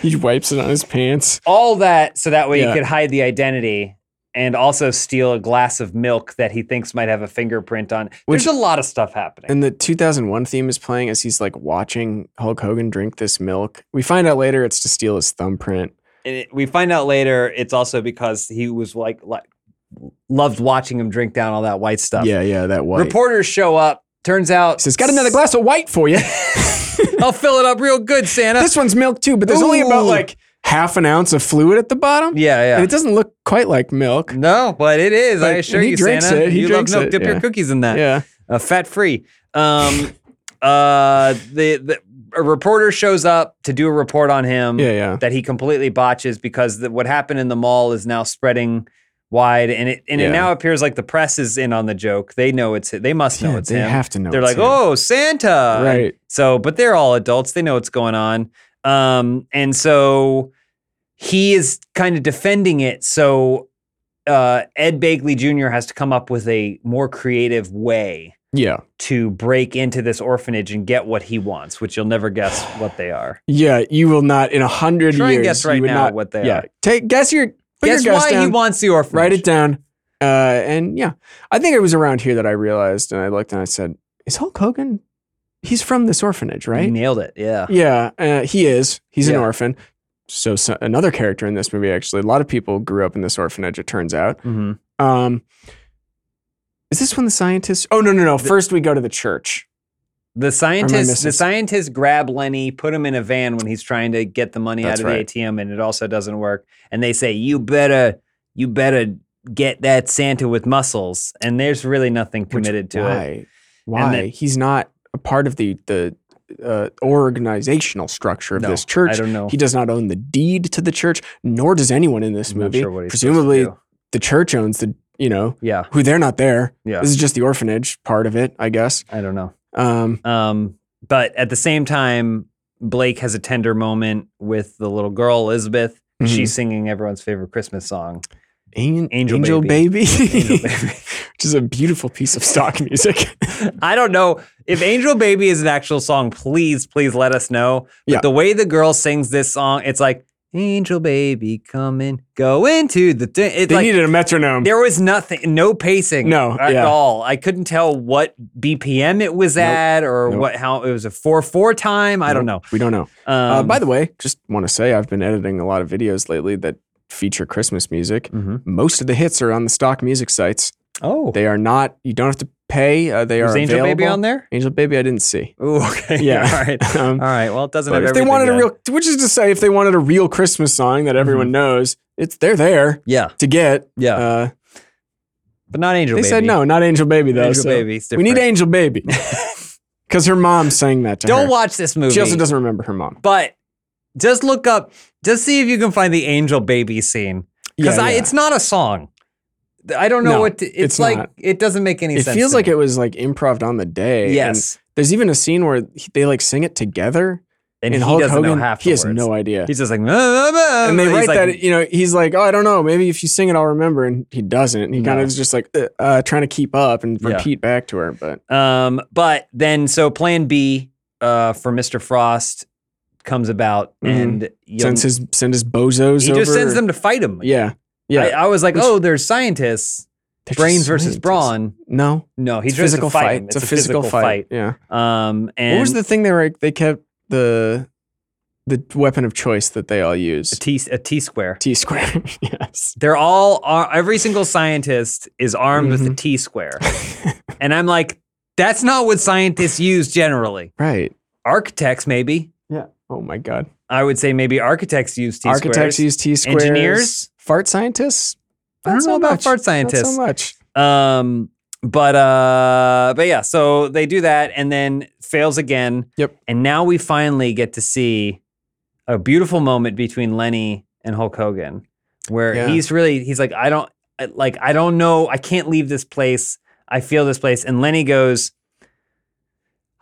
he wipes it on his pants All that so that way Yeah. he could hide the identity and also steal a glass of milk that he thinks might have a fingerprint on. Which- There's a lot of stuff happening. and the 2001 theme is playing as he's like watching Hulk Hogan drink this milk we find out later it's to steal his thumbprint and it, we find out later it's also because he was like, like loved watching him drink down all that white stuff. yeah yeah that white Reporters show up. Turns out he says got another glass of white for you I'll fill it up real good, Santa. this one's milk too but there's only about Ooh. like half an ounce of fluid at the bottom yeah, yeah. and it doesn't look quite like milk No, but it is. I But assure he you, drinks Santa. it. He you drinks love milk. it, Dip yeah. your cookies in that. yeah Uh, fat free. Um, uh, the, the a reporter shows up to do a report on him. yeah yeah That he completely botches because the, what happened in the mall is now spreading wide, and it and Yeah. it now appears like the press is in on the joke. They know it's they must know Yeah, it's they him. have to know They're it's like, him. oh, Santa, Right. So, but they're all adults. They know what's going on. Um, and so he is kind of defending it. So uh, Ed Bagley Jr. has to come up with a more creative way yeah to break into this orphanage and get what he wants, which you'll never guess what they are. yeah you will not in a hundred Try years and guess you right would now not- what they yeah are. take guess your put guess your guess why down. he wants the orphanage. write it down. Uh, and yeah, I think it was around here that I realized, and I looked and I said, "Is Hulk Hogan? He's from this orphanage, You right?" nailed it. Yeah. Yeah, uh, he is. He's an Yeah. orphan. So, so another character in this movie, actually, a lot of people grew up in this orphanage. It turns out. hmm Um, is this when the scientists? Oh no, no, no! First, we go to the church. The scientists, missing- the scientists grab Lenny, put him in a van when he's trying to get the money That's out of right. the ATM, and it also doesn't work. And they say, "You better, you better get that Santa with muscles." And there's really nothing which- committed to why? it. Why? then- he's not a part of the the uh, organizational structure of No, this church. I don't know. He does not own the deed to the church, nor does anyone in this I'm not movie. sure what he's supposed to Presumably, do. the church owns the, you know, Yeah, who they're not there. Yeah. This is just the orphanage part of it, I guess. I don't know. Um, Um, but at the same time, Blake has a tender moment with the little girl Elizabeth. Mhm. She's singing everyone's favorite Christmas song. An- Angel Baby, Angel Baby. which is a beautiful piece of stock music. I don't know if Angel Baby is an actual song. Please, please let us know. But Yeah. the way the girl sings this song, it's like Angel Baby coming, go into the thing. It's they like needed a metronome. there was nothing, no pacing, No, at yeah. all. I couldn't tell what BPM it was at or nope. what how it was a four four time. I don't know. We don't know. Um, uh, by the way, just want to say I've been editing a lot of videos lately that feature Christmas music. Mhm. Most of the hits are on the stock music sites. oh, They are not. You don't have to pay. Uh, they was are Angel available. Baby on there? Angel Baby, I didn't see. Ooh, okay, Yeah. all right, Um, all right. Well, it doesn't have if they everything wanted a yet. real, which is to say, if they wanted a real Christmas song that everyone knows, it's they're there yeah, to get. yeah, Uh, but not Angel they Baby. said no, not Angel Baby though. Angel so Baby, it's We need different. Angel Baby because her mom sang that to Don't her. watch this movie. She also doesn't remember her mom. but just look up, just see if you can find the angel baby scene because Yeah, yeah. it's not a song. I don't know No, what to, it's, it's like. not. It doesn't make any It sense. feels to like me. it was like improv on the day. and Yes, there's even a scene where he- they like sing it together, and, he Hulk doesn't Hogan, know half. he the has words. no idea. He's just like, "Ah, ah, ah," and they he's write like, that, you know, he's like, oh, I don't know, maybe if you sing it, I'll remember, and he doesn't. He kind No. of is just like uh, uh, trying to keep up and Yeah. repeat back to her, but Um, but then so Plan B uh, for Mr. Frost comes about, Mhm. and you'll- sends his send his bozos. um, he just over. sends them to fight him. Yeah, yeah. I, I was like, Which- oh, there's scientists, They're just brains versus scientists. brawn. No, No, he it's a tries physical to fight. fight. him. It's, a, physical, fight. Yeah. Um, and what was the thing they were? They kept the the weapon of choice that they all a used. T a T square? T square. yes. They're all ar- every single scientist is armed with a Mhm. T square, and I'm like, that's not what scientists use generally. Right. Architects maybe. Yeah. Oh my god. I would say maybe architects use T squares. Architects use T squares. Engineers? fart scientists. I don't Not so know about much. fart Not scientists. so much. Um, but uh, but yeah, so they do that and then fails again. Yep. And now we finally get to see a beautiful moment between Lenny and Hulk Hogan, where Yeah. he's really he's like, I don't I- like, I don't know, I can't leave this place. I feel this place, and Lenny goes,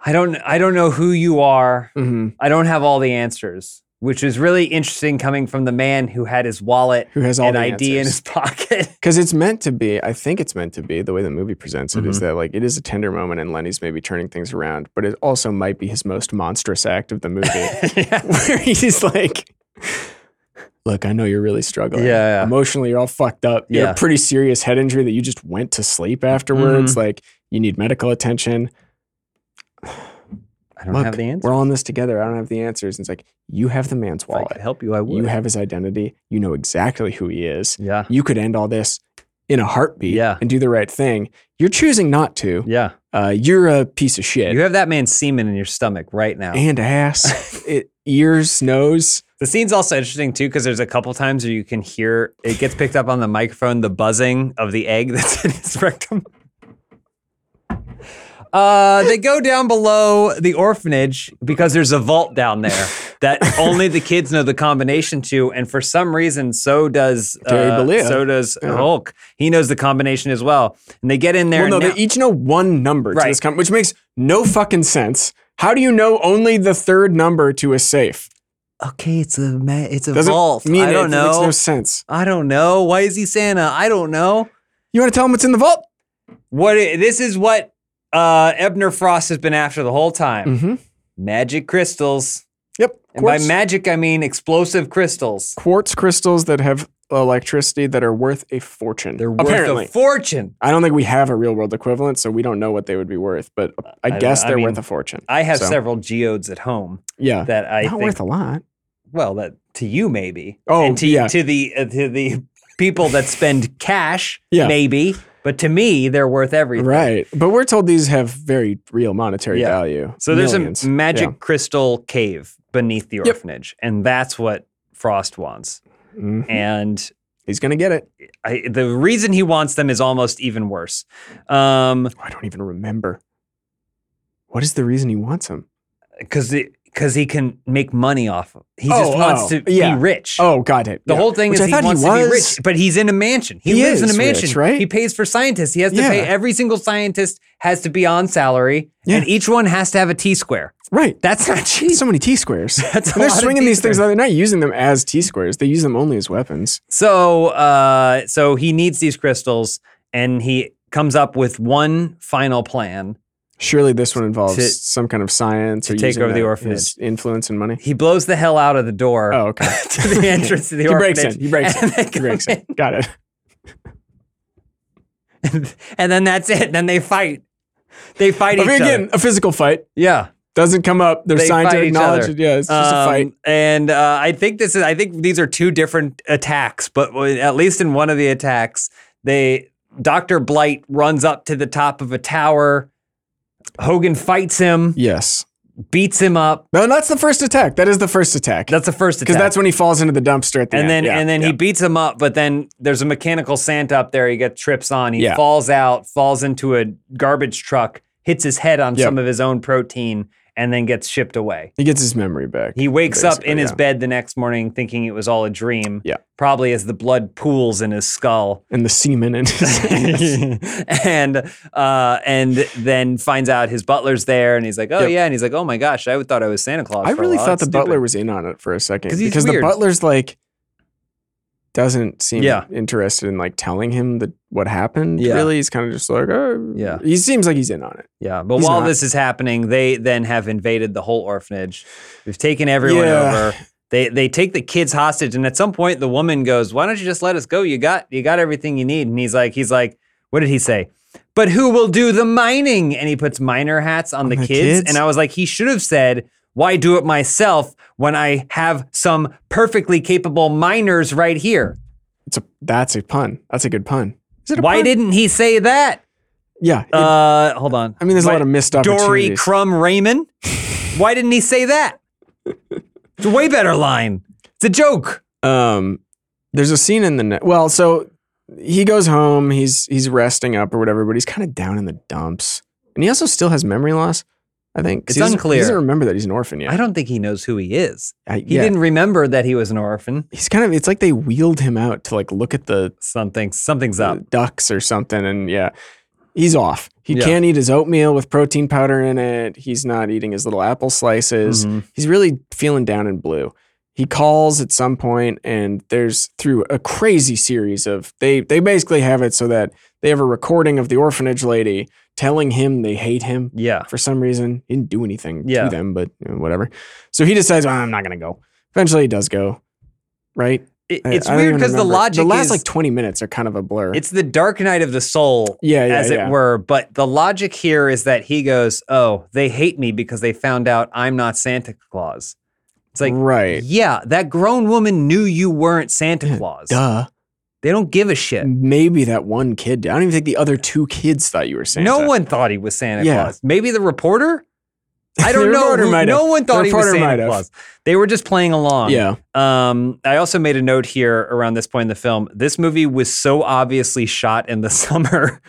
I don't, I don't know who you are. Mhm. I don't have all the answers, which is really interesting coming from the man who had his wallet Who has all and the ID in answers. his pocket. Because it's meant to be, I think it's meant to be the way the movie presents it is Mm-hmm. that like it is a tender moment and Lenny's maybe turning things around, but it also might be his most monstrous act of the movie, yeah. where he's like, "Look, I know you're really struggling. Yeah, yeah. emotionally, you're all fucked up. You had Yeah. a pretty serious head injury that you just went to sleep afterwards. Mm-hmm. Like you need medical attention. I don't Look, have the answer. We're all in this together. I don't have the answers. And it's like you have the man's If I could wallet. help you, I would. You have his identity. You know exactly who he is. yeah. you could end all this in a heartbeat Yeah. and do the right thing. You're choosing not to. Yeah. Uh, you're a piece of shit. You have that man's semen in your stomach right now. and ass, it, ears, nose. the scene's also interesting too because there's a couple times where you can hear it gets picked up on the microphone the buzzing of the egg that's in his rectum. Uh, they go down below the orphanage because there's a vault down there that only the kids know the combination to, and for some reason, so does uh, Terry Bollea. so does Hulk. He knows the combination as well, and they get in there. Well, no, and now- they each know one number to Right. this com- which makes no fucking sense. How do you know only the third number to a safe? okay, it's a ma- it's a Doesn't vault. mean I it- don't it know. makes no sense. I don't know. Why is he Santa? I don't know. You want to tell them what's in the vault? What i- this is what uh Ebner Frost has been after the whole time. Mm-hmm. Magic crystals. Yep. And by Quartz, magic I mean explosive crystals. quartz crystals that have electricity that are worth a fortune. They're worth apparently. a fortune. I don't think we have a real world equivalent, so we don't know what they would be worth. But I, don't guess know. Uh, I they're mean, worth a fortune. I have So, several geodes at home Yeah, that I not think worth a lot. well that to you maybe. Oh, and to yeah. to the uh, to the people that spend cash Yeah. maybe, but to me they're worth everything. Right, but we're told these have very real monetary Yeah. value. So there's Millions. a magic Yeah. crystal cave beneath the orphanage, and that's what Frost wants. Mhm. And He's gonna get it. I, the reason he wants them is almost even worse. Um, I don't even remember. What is the reason he wants him? because because he can make money off of. He Oh, just wants oh, to yeah. be rich. Oh, got it. The Yeah. whole thing Which is I he thought wants was. to be rich, but he's in a mansion. He, He lives in a is mansion, rich, right? He pays for scientists. He has to Yeah. pay every single scientist has to be on salary, Yeah. and each one has to have a T square. Right. That's not cheap. so many T squares. That's a they're lot of swinging these things. T-squares. They're not using them as T squares. They use them only as weapons. So, uh, so he needs these crystals, and he comes up with one final plan. Surely this one involves To- some kind of science to or take using over the that- orphanage. his influence and money. He blows the hell out of the door Oh, okay. to the entrance to the he orphanage. breaks in. He breaks and in. they He breaks come in. Got it. in. and then that's it. Then they fight. They fight I each mean, again, other. a physical fight Yeah, doesn't come up. They're They signed fight to each acknowledge other. it. Yeah, it's just a Um, fight. and uh, I think this is. I think these are two different attacks, but w- at least in one of the attacks, they Doctor Blight runs up to the top of a tower. Hogan fights him, Yes. beats him up. No, that's the first attack. That is the first attack. That's the first attack. because that's when he falls into the dumpster at the and end. then Yeah, and then yeah. he beats him up, but then there's a mechanical Santa up there. He gets trips on. He Yeah. falls out, falls into a garbage truck, hits his head on Yep. some of his own protein, and then gets shipped away. he gets his memory back. He wakes up in Basically, his yeah. bed the next morning, thinking it was all a dream. Yeah. probably as the blood pools in his skull. and the semen in his. and uh, and then finds out his butler's there, and he's like, "Oh Yep. yeah," and he's like, "Oh my gosh, I thought I was Santa Claus." I for a really while. thought It's the stupid." butler was in on it for a second 'Cause he's because weird. the butler's like doesn't seem Yeah. interested in like telling him that what happened. Yeah. Really, he's kind of just like, oh, Yeah. He seems like he's in on it. Yeah, but He's while not. this is happening, they then have invaded the whole orphanage. We've taken everyone Yeah. over. They they take the kids hostage, and at some point, the woman goes, "Why don't you just let us go? You got you got everything you need." And he's like, he's like, what did he say? But who will do the mining? And he puts miner hats on, the, the kids. kids? And I was like, he should have said, "Why do it myself when I have some perfectly capable miners right here?" It's a that's a pun. That's a good pun. Is it a Why pun? didn't he say that? yeah? it- Uh, hold on. I mean, there's a lot of missed Dory opportunities. Crumb Raymond. Why didn't he say that? It's a way better line. It's a joke. um there's a scene in the ne- well so he goes home he's he's resting up or whatever but he's kind of down in the dumps and he also still has memory loss i think It's 'cause he doesn't- unclear. he doesn't remember that he's an orphan yet I don't think he knows who he is. I- He yeah. didn't remember that he was an orphan. he's kind of it's like they wheeled him out to like look at the Something, something's up. ducks or something and yeah he's off he Yeah. can't eat his oatmeal with protein powder in it he's not eating his little apple slices Mhm. he's really feeling down and blue. He calls at some point, and there's through a crazy series of they they basically have it so that they have a recording of the orphanage lady telling him they hate him Yeah. for some reason. He didn't do anything Yeah. to them, but you know, whatever. So he decides, well, I'm not gonna go. Eventually, he does go. Right? It- I- it's I don't weird even because the remember. logic the last is like 20 minutes are kind of a blur. it's the dark night of the soul, yeah, yeah, as yeah. it were. But the logic here is that he goes, "Oh, they hate me because they found out I'm not Santa Claus." It's like, right. yeah, that grown woman knew you weren't Santa Claus. Duh. They don't give a shit. Maybe that one kid. I don't even think the other two kids thought you were Santa. No one thought he was Santa Yeah. Claus. Maybe the reporter. I The don't know. reporter who- might no have. one The thought he was reporter might Santa have. Claus. They were just playing along. Yeah. Um, I also made a note here around this point in the film. This movie was so obviously shot in the summer.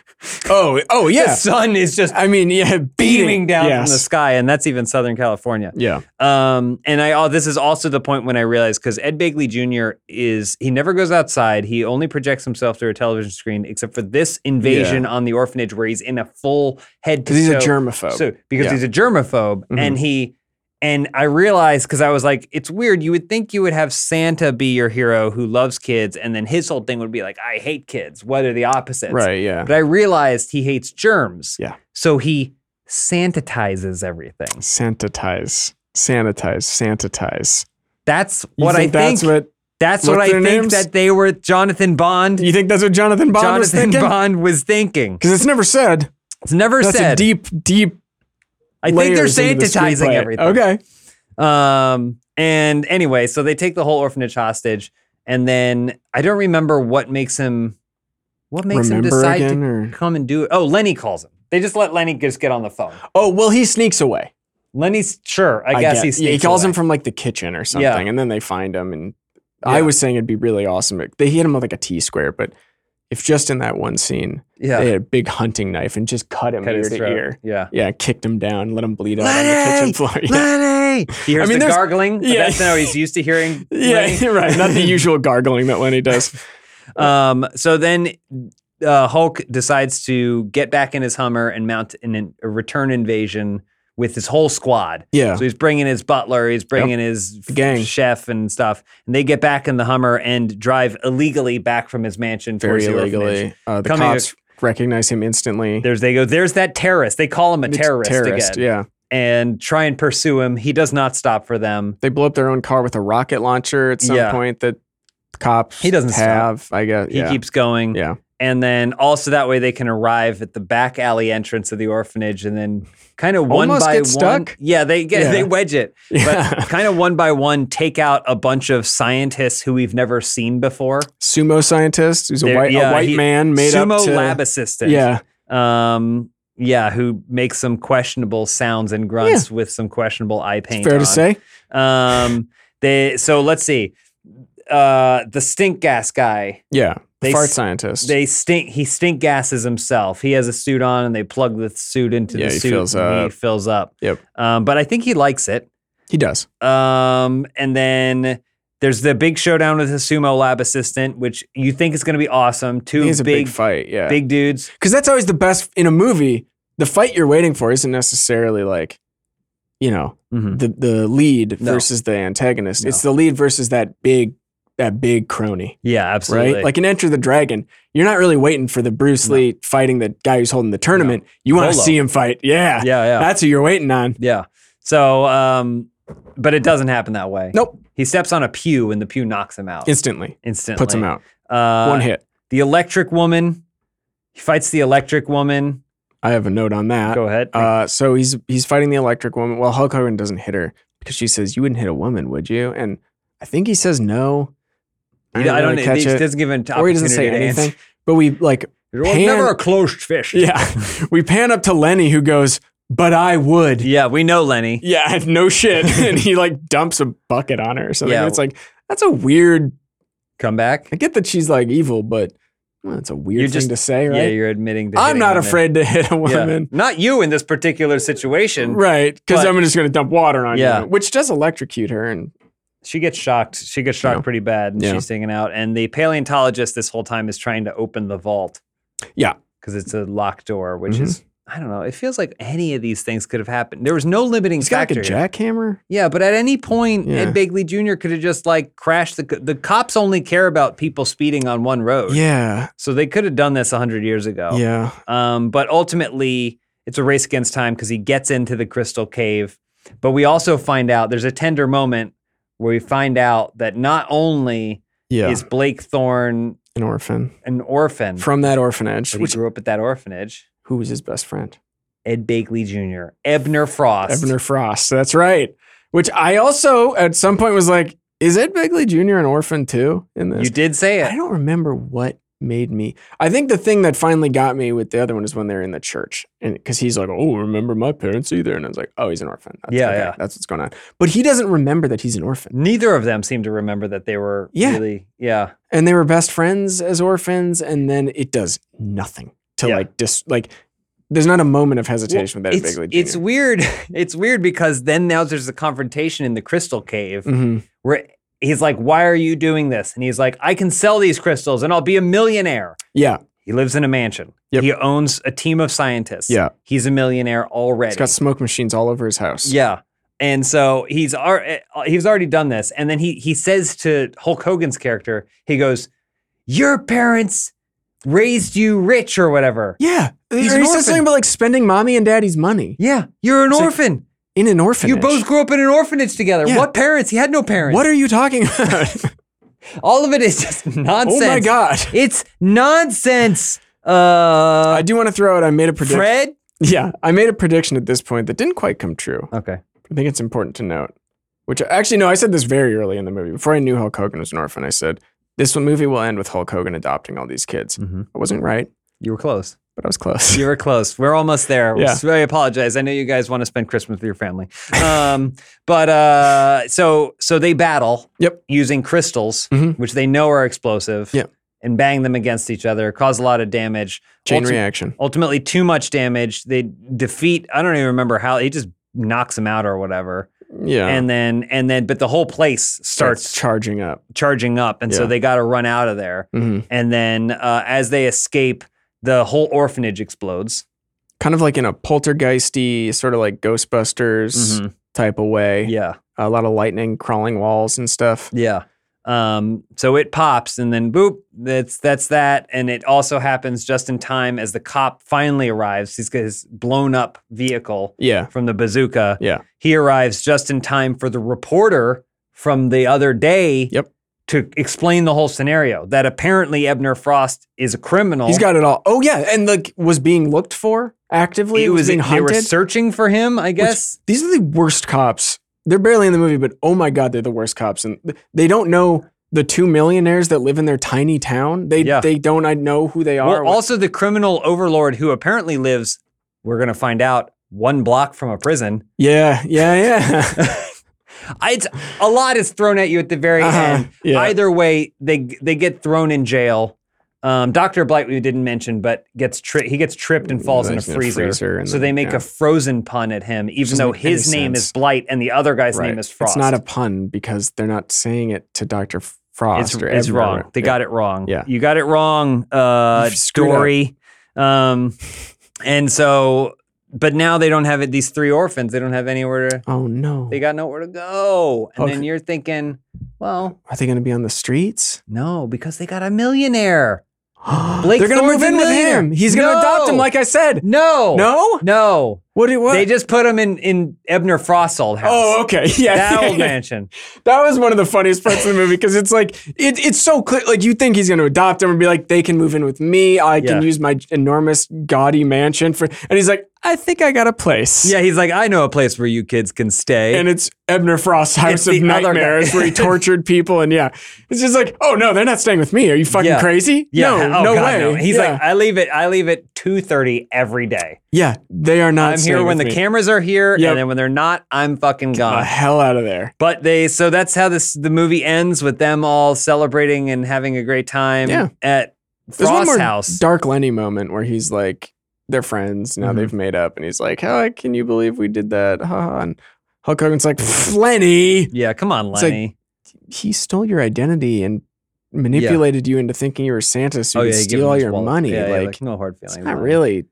Oh. Oh. the Yeah. sun is just I mean, yeah, beating, beaming down yes. from the sky, and that's even Southern California. Yeah, Um, and I oh, this is also the point when I realized because Ed Begley Jr. is he never goes outside. He only projects himself through a television screen, except for this invasion on the orphanage where he's in a full head to because he's a toe- germaphobe. So because Yeah. he's a germaphobe, Mhm. and he and I realized because I was like, it's weird. You would think you would have Santa be your hero who loves kids, and then his whole thing would be like, I hate kids. What are the opposites? right? Yeah. But I realized he hates germs. Yeah. So he sanitizes everything. Sanitize, sanitize, sanitize. That's You what I think. That's what That's what I what's think their names? that they were Jonathan Bond. you think. That's what Jonathan Bond was Jonathan thinking. Bond was thinking. Because it's never said. It's never That's said. a deep, deep. I think they're layers into the sanitizing screenplay. everything. Okay. Um, and anyway, so they take the whole orphanage hostage, and then I don't remember what makes him what makes him Remember decide again, to or come and do it. Oh, Lenny calls him. They just let Lenny just get on the phone. oh well, he sneaks away. Lenny's sure, I, guess get- he yeah, he sneaks calls away. him from like the kitchen or something, and then they find him. And I Yeah. was saying it'd be really awesome. if- They hit him with like a T square, but if just in that one scene yeah. they had a big hunting knife and just cut him Cut ear his to throat. ear. Yeah. Yeah, kicked him down, let him bleed out on Lenny! the kitchen floor. Yeah. Lenny! He hears I mean, the there's- gargling. Yeah. yeah. That's how he's used to hearing. Yeah, Lenny. you're right. Not the usual gargling that Lenny does. Um, so then uh, Hulk decides to get back in his Hummer and mount an, in a return invasion with his whole squad. Yeah. So he's bringing his butler, he's bringing his f- gang. chef and stuff, and they get back in the Hummer and drive illegally back from his mansion. towards Very the orphanage. illegally. Uh, the Coming- cops recognize him instantly. There's they go. There's that terrorist. They call him a It's terrorist, terrorist, again, Yeah. and try and pursue him. He does not stop for them. They blow up their own car with a rocket launcher at some Yeah. point that cops He doesn't stop. have, I guess. He yeah. keeps going. Yeah. And then also that way they can arrive at the back alley entrance of the orphanage and then kind of one Almost by get one. stuck? Yeah, they get Yeah. they wedge it. Yeah. But kind of one by one take out a bunch of scientists who we've never seen before. Sumo scientist, who's a There- white, yeah, a white he- man made Sumo up to, lab assistant. Yeah. Um yeah, who makes some questionable sounds and grunts with some questionable eye paint. Fair on. to say. Um they so let's see. Uh the stink gas guy. Yeah. They The fart s- scientist. They stink. He stink gases himself. He has a suit on, and they plug the suit into Yeah, the he suit. fills and He up. fills up. Yep. Um, but I think he likes it. he does. Um, and then there's the big showdown with his sumo lab assistant, which you think is going to be awesome. Two He's a big, big, fight. Yeah. big dudes. because that's always the best in a movie. The fight you're waiting for isn't necessarily like, you know, Mhm. the the lead No. versus the antagonist. It's No. the lead versus that big that big crony, Yeah, absolutely. right? Like in Enter the Dragon, you're not really waiting for the Bruce No. Lee fighting the guy who's holding the tournament. You want to Volo. see him fight, yeah, yeah, yeah, That's who you're waiting on. yeah. So, um, but it doesn't happen that way. Nope, He steps on a pew, and the pew knocks him out instantly instantly. puts him out. Uh, One hit. The electric woman. He fights the electric woman. I have a note on that. Go ahead. Uh, so he's he's fighting the electric woman. Well, Hulk Hogan doesn't hit her because she says, "You wouldn't hit a woman, would you?" And I think he says no. I don't, I don't really catch it. it. doesn't give an or opportunity he doesn't say to anything. answer. But we like It was Pan- never a closed fish. yeah, we pan up to Lenny who goes, but I would. Yeah, we know Lenny. Yeah, no shit. and he like dumps a bucket on her or something. Yeah. It's like, that's a weird. Come back. I get that she's like evil, but well, that's a weird You're thing just- to say, Yeah, right? you're admitting. To I'm hitting not on it. afraid to hit a Yeah. woman. Not you in this particular situation. Right. Because But- I'm just going to dump water on Yeah. you, which does electrocute her. And She gets shocked. She gets shocked Yeah. pretty bad, and Yeah. she's hanging out. And the paleontologist this whole time is trying to open the vault. Yeah. because it's a locked door, which Mhm. is I don't know. It feels like any of these things could have happened. There was no limiting he's got factor. like a here. jackhammer. Yeah, but at any point, Ed Yeah. Begley Jr. could have just like crashed the. c- The cops only care about people speeding on one road, Yeah. so they could have done this hundred years ago. Yeah. Um, but ultimately, it's a race against time because he gets into the crystal cave. But we also find out there's a tender moment where we find out that not only Yeah. is Blake Thorne an orphan an orphan, from that orphanage, Mm. but which he grew up at that orphanage, who was his best friend? Ed Bagley Jr., Ebner Frost. Ebner Frost. That's right. Which I also at some point was like, is Ed Begley Jr. an orphan too in this? You did say I it. don't remember what made me. I think the thing that finally got me with the other one is when they're in the church, and because he's like, "Oh, remember my parents either," and I was like, "Oh, he's an orphan." That's Yeah, okay. yeah. that's what's going on. But he doesn't remember that he's an orphan, Neither of them seem to remember that they were Yeah. really, yeah. and they were best friends as orphans, and then it does nothing to Yeah. like dis like. There's not a moment of hesitation Well, with that it's, Bigley Jr. it's weird. It's weird because then now there's a confrontation in the crystal cave. Mhm. where he's like, Why are you doing this? And he's like, I can sell these crystals and I'll be a millionaire. yeah, He lives in a mansion. Yep. He owns a team of scientists. Yeah. He's a millionaire already. it's got smoke machines all over his house. yeah. And so he's al- he's already done this. And then he he says to Hulk Hogan's character, he goes, Your parents raised you rich or whatever. yeah. He's Or an he says orphan. something about like spending mommy and daddy's money Yeah. You're an It's like, orphan. in an orphanage. you both grew up in an orphanage together. Yeah. What parents? He had no parents. What are you talking about? All of it is just nonsense. oh my god. It's nonsense. I Uh, do want to throw out. I made a prediction. Fred. Yeah, I made a prediction at this point that didn't quite come true. Okay. I think it's important to note. Which actually, no, I said this very early in the movie before I knew Hulk Hogan was an orphan. I said this one movie will end with Hulk Hogan adopting all these kids. Mhm. I wasn't right, You were close. but I was close. You were close. We're almost there. Yeah. So I apologize. I know you guys want to spend Christmas with your family. Um, but uh, so so they battle. Yep. Using crystals, Mhm. which they know are explosive. Yep. And bang them against each other, cause a lot of damage. Chain Ulti- reaction. ultimately, too much damage. They defeat. I don't even remember how. He just knocks him out or whatever. Yeah, And then and then, but the whole place starts charging up. charging up, and so Yeah. they got to run out of there. Mhm. And then uh, as they escape, the whole orphanage explodes. Kind of like in a poltergeisty sort of like Ghostbusters Mhm. type of way. Yeah, A lot of lightning, crawling walls, and stuff. yeah. Um, so it pops, and then boop. That's that's that. And it also happens just in time as the cop finally arrives. He's got his blown up vehicle Yeah, from the bazooka. yeah. He arrives just in time for the reporter from the other day. Yep. To explain the whole scenario that apparently Ebner Frost is a criminal. He's got it all. Oh yeah, and like was being looked for actively. He was, being they were hunted. searching for him, I guess. These are the worst cops. They're barely in the movie, but oh my god, they're the worst cops, and th- they don't know the two millionaires that live in their tiny town. They Yeah. they don't I know who they are. Well, also the criminal overlord who apparently lives, we're going to find out, one block from a prison. yeah, yeah, yeah. I- It's a lot is thrown at you at the very Uh-huh, end. yeah. Either way, they they get thrown in jail. Um, Doctor Blight, we didn't mention, but gets tri- he gets tripped and falls in a He's in a freezer. freezer and so then- they make yeah. a frozen pun at him, even Doesn't though make any his name is sense. Blight and the other guy's Right. name is Frost. It's not a pun because they're not saying it to Doctor Frost. It's, or it's Edna. wrong. They Yeah. got it wrong. Yeah. You got it wrong, uh, You've screwed up. Dory. Um, and so, but now they don't have it. These three orphans, they don't have anywhere to, Oh no. they got nowhere to go. And then Okay. you're thinking, well, Are they going to be on the streets? no, because they got a millionaire. they're gonna Thorne's move a in with millionaire. him. He's going to No. adopt him, like I said. No. No. No. What do you what? They just put him in, in Ebner Frost's old house. oh, okay. Yeah. That old yeah. mansion. That was one of the funniest parts of the movie because it's like it, it's so clear. Like you think he's going to adopt him and be like, they can move in with me. I can Yeah. use my enormous gaudy mansion for. And he's like, I think I got a place. Yeah, he's like, I know a place where you kids can stay. And it's Ebner Frost's House the of other guy. Nightmares where he tortured people. And yeah, it's just like, oh no, they're not staying with me. Are you fucking Yeah. crazy? yeah, No, oh, no God, way. He's yeah. like, I leave it. I leave at two thirty every day. yeah, they are not I'm here thing when with the me. cameras are here, Yep. and then when they're not, I'm fucking The gone. hell out of there. But they so that's how this the movie ends with them all celebrating and having a great time Yeah. at There's one Frost's more house. Dark Lenny moment where he's like, they're friends now. Mhm. They've made up, and he's like, "How can you believe we did that?" Ha ha. And Hulk Hogan's like, "Pff, "Lenny, yeah, come on, It's like- Lenny. he stole your identity and manipulated you into thinking you were Santa, so oh you yeah, could you give steal him all his your wallet. money." Yeah, yeah, like, no hard feelings. it's not man. really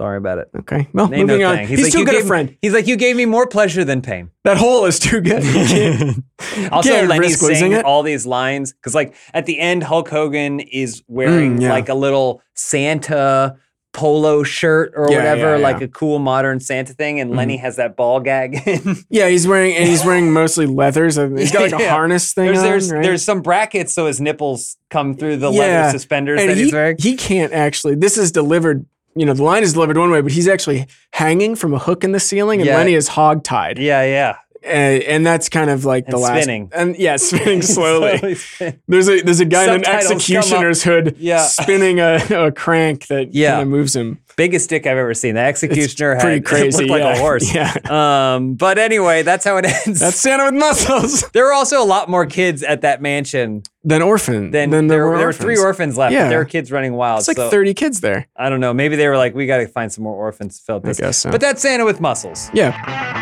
Sorry about it. okay. Well, Ain't no moving on. thing. He's, He's like, too you good a gave- friend. He's like, you gave me more pleasure than pain. That hole is too good. You can't- Also, Can't Lenny's risk losing saying it. all these lines because, like, at the end, Hulk Hogan is wearing Mm, yeah. like a little Santa polo shirt or Yeah, whatever, yeah, Mm-hmm. like yeah. a cool modern Santa thing, and Lenny has that ball gag. in. Yeah, he's wearing and he's wearing mostly leathers. and He's got like a Yeah. harness thing there's on, there's, right? there's some brackets so his nipples come through the Yeah. leather suspenders and that he, he's wearing. he can't actually. This is delivered. You know, the line is delivered one way, but he's actually hanging from a hook in the ceiling, and Yeah. Lenny is hogtied, Yeah, yeah, and, and that's kind of like the And last. spinning. and yeah, spinning slowly. spinning. There's a there's a guy Subtitles in come an up. executioner's hood, Yeah. spinning a, a crank that Yeah. kind of moves him. Biggest dick I've ever seen. The It's executioner pretty had crazy. looked like yeah. a horse. Yeah, Um, but anyway, that's how it ends. that's Santa with muscles. there were also a lot more kids at that mansion Then orphan. Then, then there, were there were three orphans orphans. left. Yeah. There were kids running wild. It's like so 30 kids there. I don't know. Maybe they were like, we got to find some more orphans to fill I this. guess. So. But that's Santa with muscles. Yeah.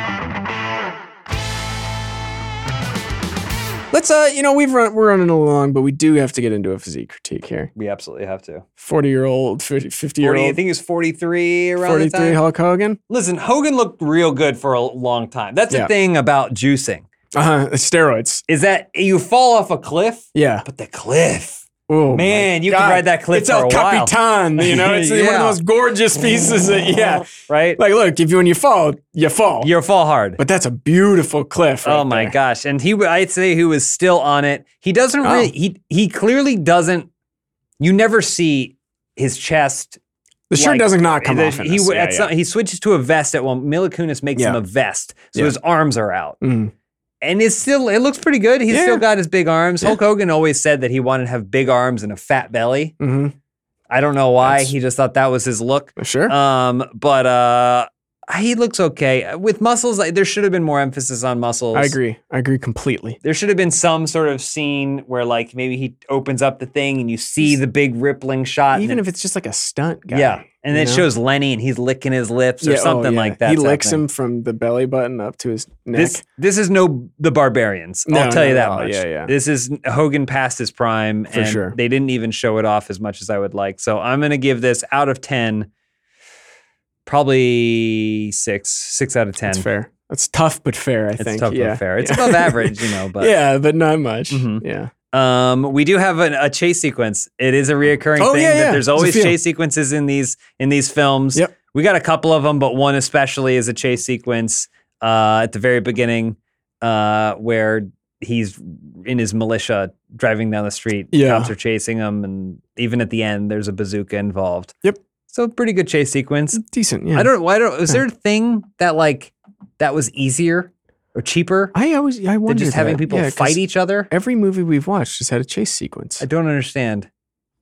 Let's uh, you know, we've run we're running along, but we do have to get into a physique critique here. We absolutely have to. Forty year old, fifty year 40, I old, think he was 43 around forty the time. three Hulk Hogan. Listen, Hogan looked real good for a long time. That's Yeah. the thing about juicing Uh huh. Steroids. is that you fall off a cliff, Yeah. but the cliff. Oh my Man, you can God. ride that cliff It's for El a while. Capitan. You know, it's one of Yeah. the most gorgeous pieces. That, yeah. Right? Like, look, if you when you fall, you fall. you fall hard. but that's a beautiful cliff. oh right my there. gosh! And he, I'd say, he was still on it. He doesn't Oh. really. He he clearly doesn't. You never see his chest. The shirt like, does not come the- off. In he this. w- Yeah, at yeah. some- he switches to a vest at one. Mila Kunis makes him Yeah. a vest, so Yeah. his arms are out, Mm. and it's still. It looks pretty good. He's Yeah. still got his big arms. Hulk Hogan always said that he wanted to have big arms and a fat belly. Mhm. I don't know why. That's- he just thought that was his look. Sure. Um, but uh, he looks okay with muscles. Like, there should have been more emphasis on muscles. I agree. I agree completely. there should have been some sort of scene where like maybe he opens up the thing and you see the big rippling shot. even and if it's just like a stunt guy. then, yeah, and you then it know? shows Lenny and he's licking his lips or Yeah, oh, something yeah. like that. He licks him from the belly button up to his neck. This this is no the barbarians. I'll No, tell you not at that all. much. Yeah, yeah. This is Hogan past his prime, For and sure. they didn't even show it off as much as I would like. So I'm gonna give this out of ten, probably six, six out of ten. That's fair. That's tough but fair. I It's think. tough yeah. but fair. It's Yeah. above average, you know. But yeah, but not much. Mhm. Yeah. Um, we do have an, a chase sequence. It is a reoccurring Oh, thing yeah, that yeah. there's There's a always few. chase sequences in these in these films. Yep. We got a couple of them, but one especially is a chase sequence uh, at the very beginning uh, where he's in his militia driving down the street. Yeah. Cops are chasing him, and even at the end, there's a bazooka involved. Yep. So pretty good chase sequence. Decent. Yeah. I don't. Why don't? Is there a thing that like that was easier or cheaper I always. I than wonder. just having that. people Yeah, 'cause fight each other? Every movie we've watched has had a chase sequence. I don't understand.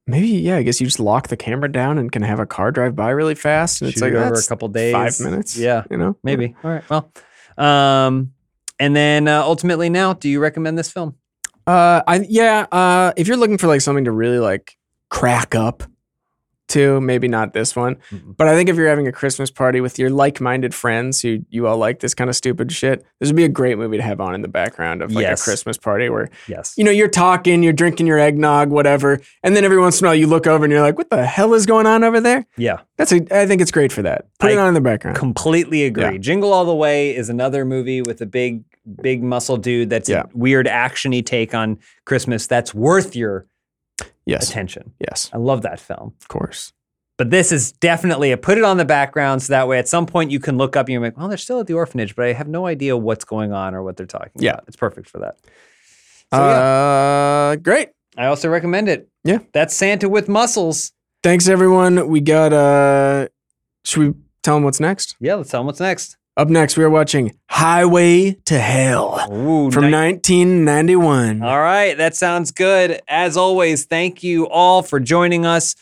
Maybe, yeah, I guess you just lock the camera down and can have a car drive by really fast. And Shoot it's like, it over a that's couple days. five minutes. Yeah, You know? maybe. All right. Well, um, and then uh, ultimately, now, do you recommend this film? Uh, I yeah. Uh, if you're looking for like something to really like crack up to, maybe not this one, Mhm. but I think if you're having a Christmas party with your like-minded friends who you all like this kind of stupid shit, this would be a great movie to have on in the background of like Yes. a Christmas party where Yes. you know you're talking, you're drinking your eggnog, whatever, and then every once in a while you look over and you're like, "What the hell is going on over there?" Yeah. That's a. I think it's great for that. Put it I on in the background. Completely agree. Yeah. Jingle All the Way is another movie with a big, big muscle dude. That's Yeah. a weird actiony take on Christmas. That's worth your Yes. attention. Yes. I love that film. Of course. But this is definitely a put it on the background so that way at some point you can look up and you're like, well, they're still at the orphanage, but I have no idea what's going on or what they're talking Yeah. about. It's perfect for that. So, yeah. Uh, great. I also recommend it. Yeah. That's Santa with muscles. Thanks everyone. We got uh should we tell them what's next? Yeah, let's tell them what's next. Up next we are watching Highway to Hell Ooh, from nice. 1991. All right, that sounds good. As always, thank you all for joining us,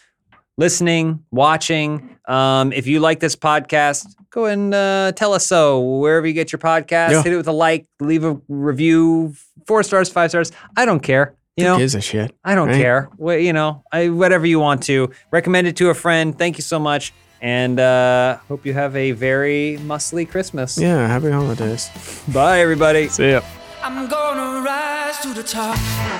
listening, watching. Um, if you like this podcast, go and uh, tell us so wherever you get your podcast. Yeah. Hit it with a like, leave a review, four stars, five stars. I don't care. You know, Gives a shit. I don't right? care. Wha- you know, I, whatever you want to. Recommend it to a friend. Thank you so much. And uh, hope you have a very muscly Christmas. Yeah, happy holidays. Bye, everybody. See ya. I'm gonna rise to the top.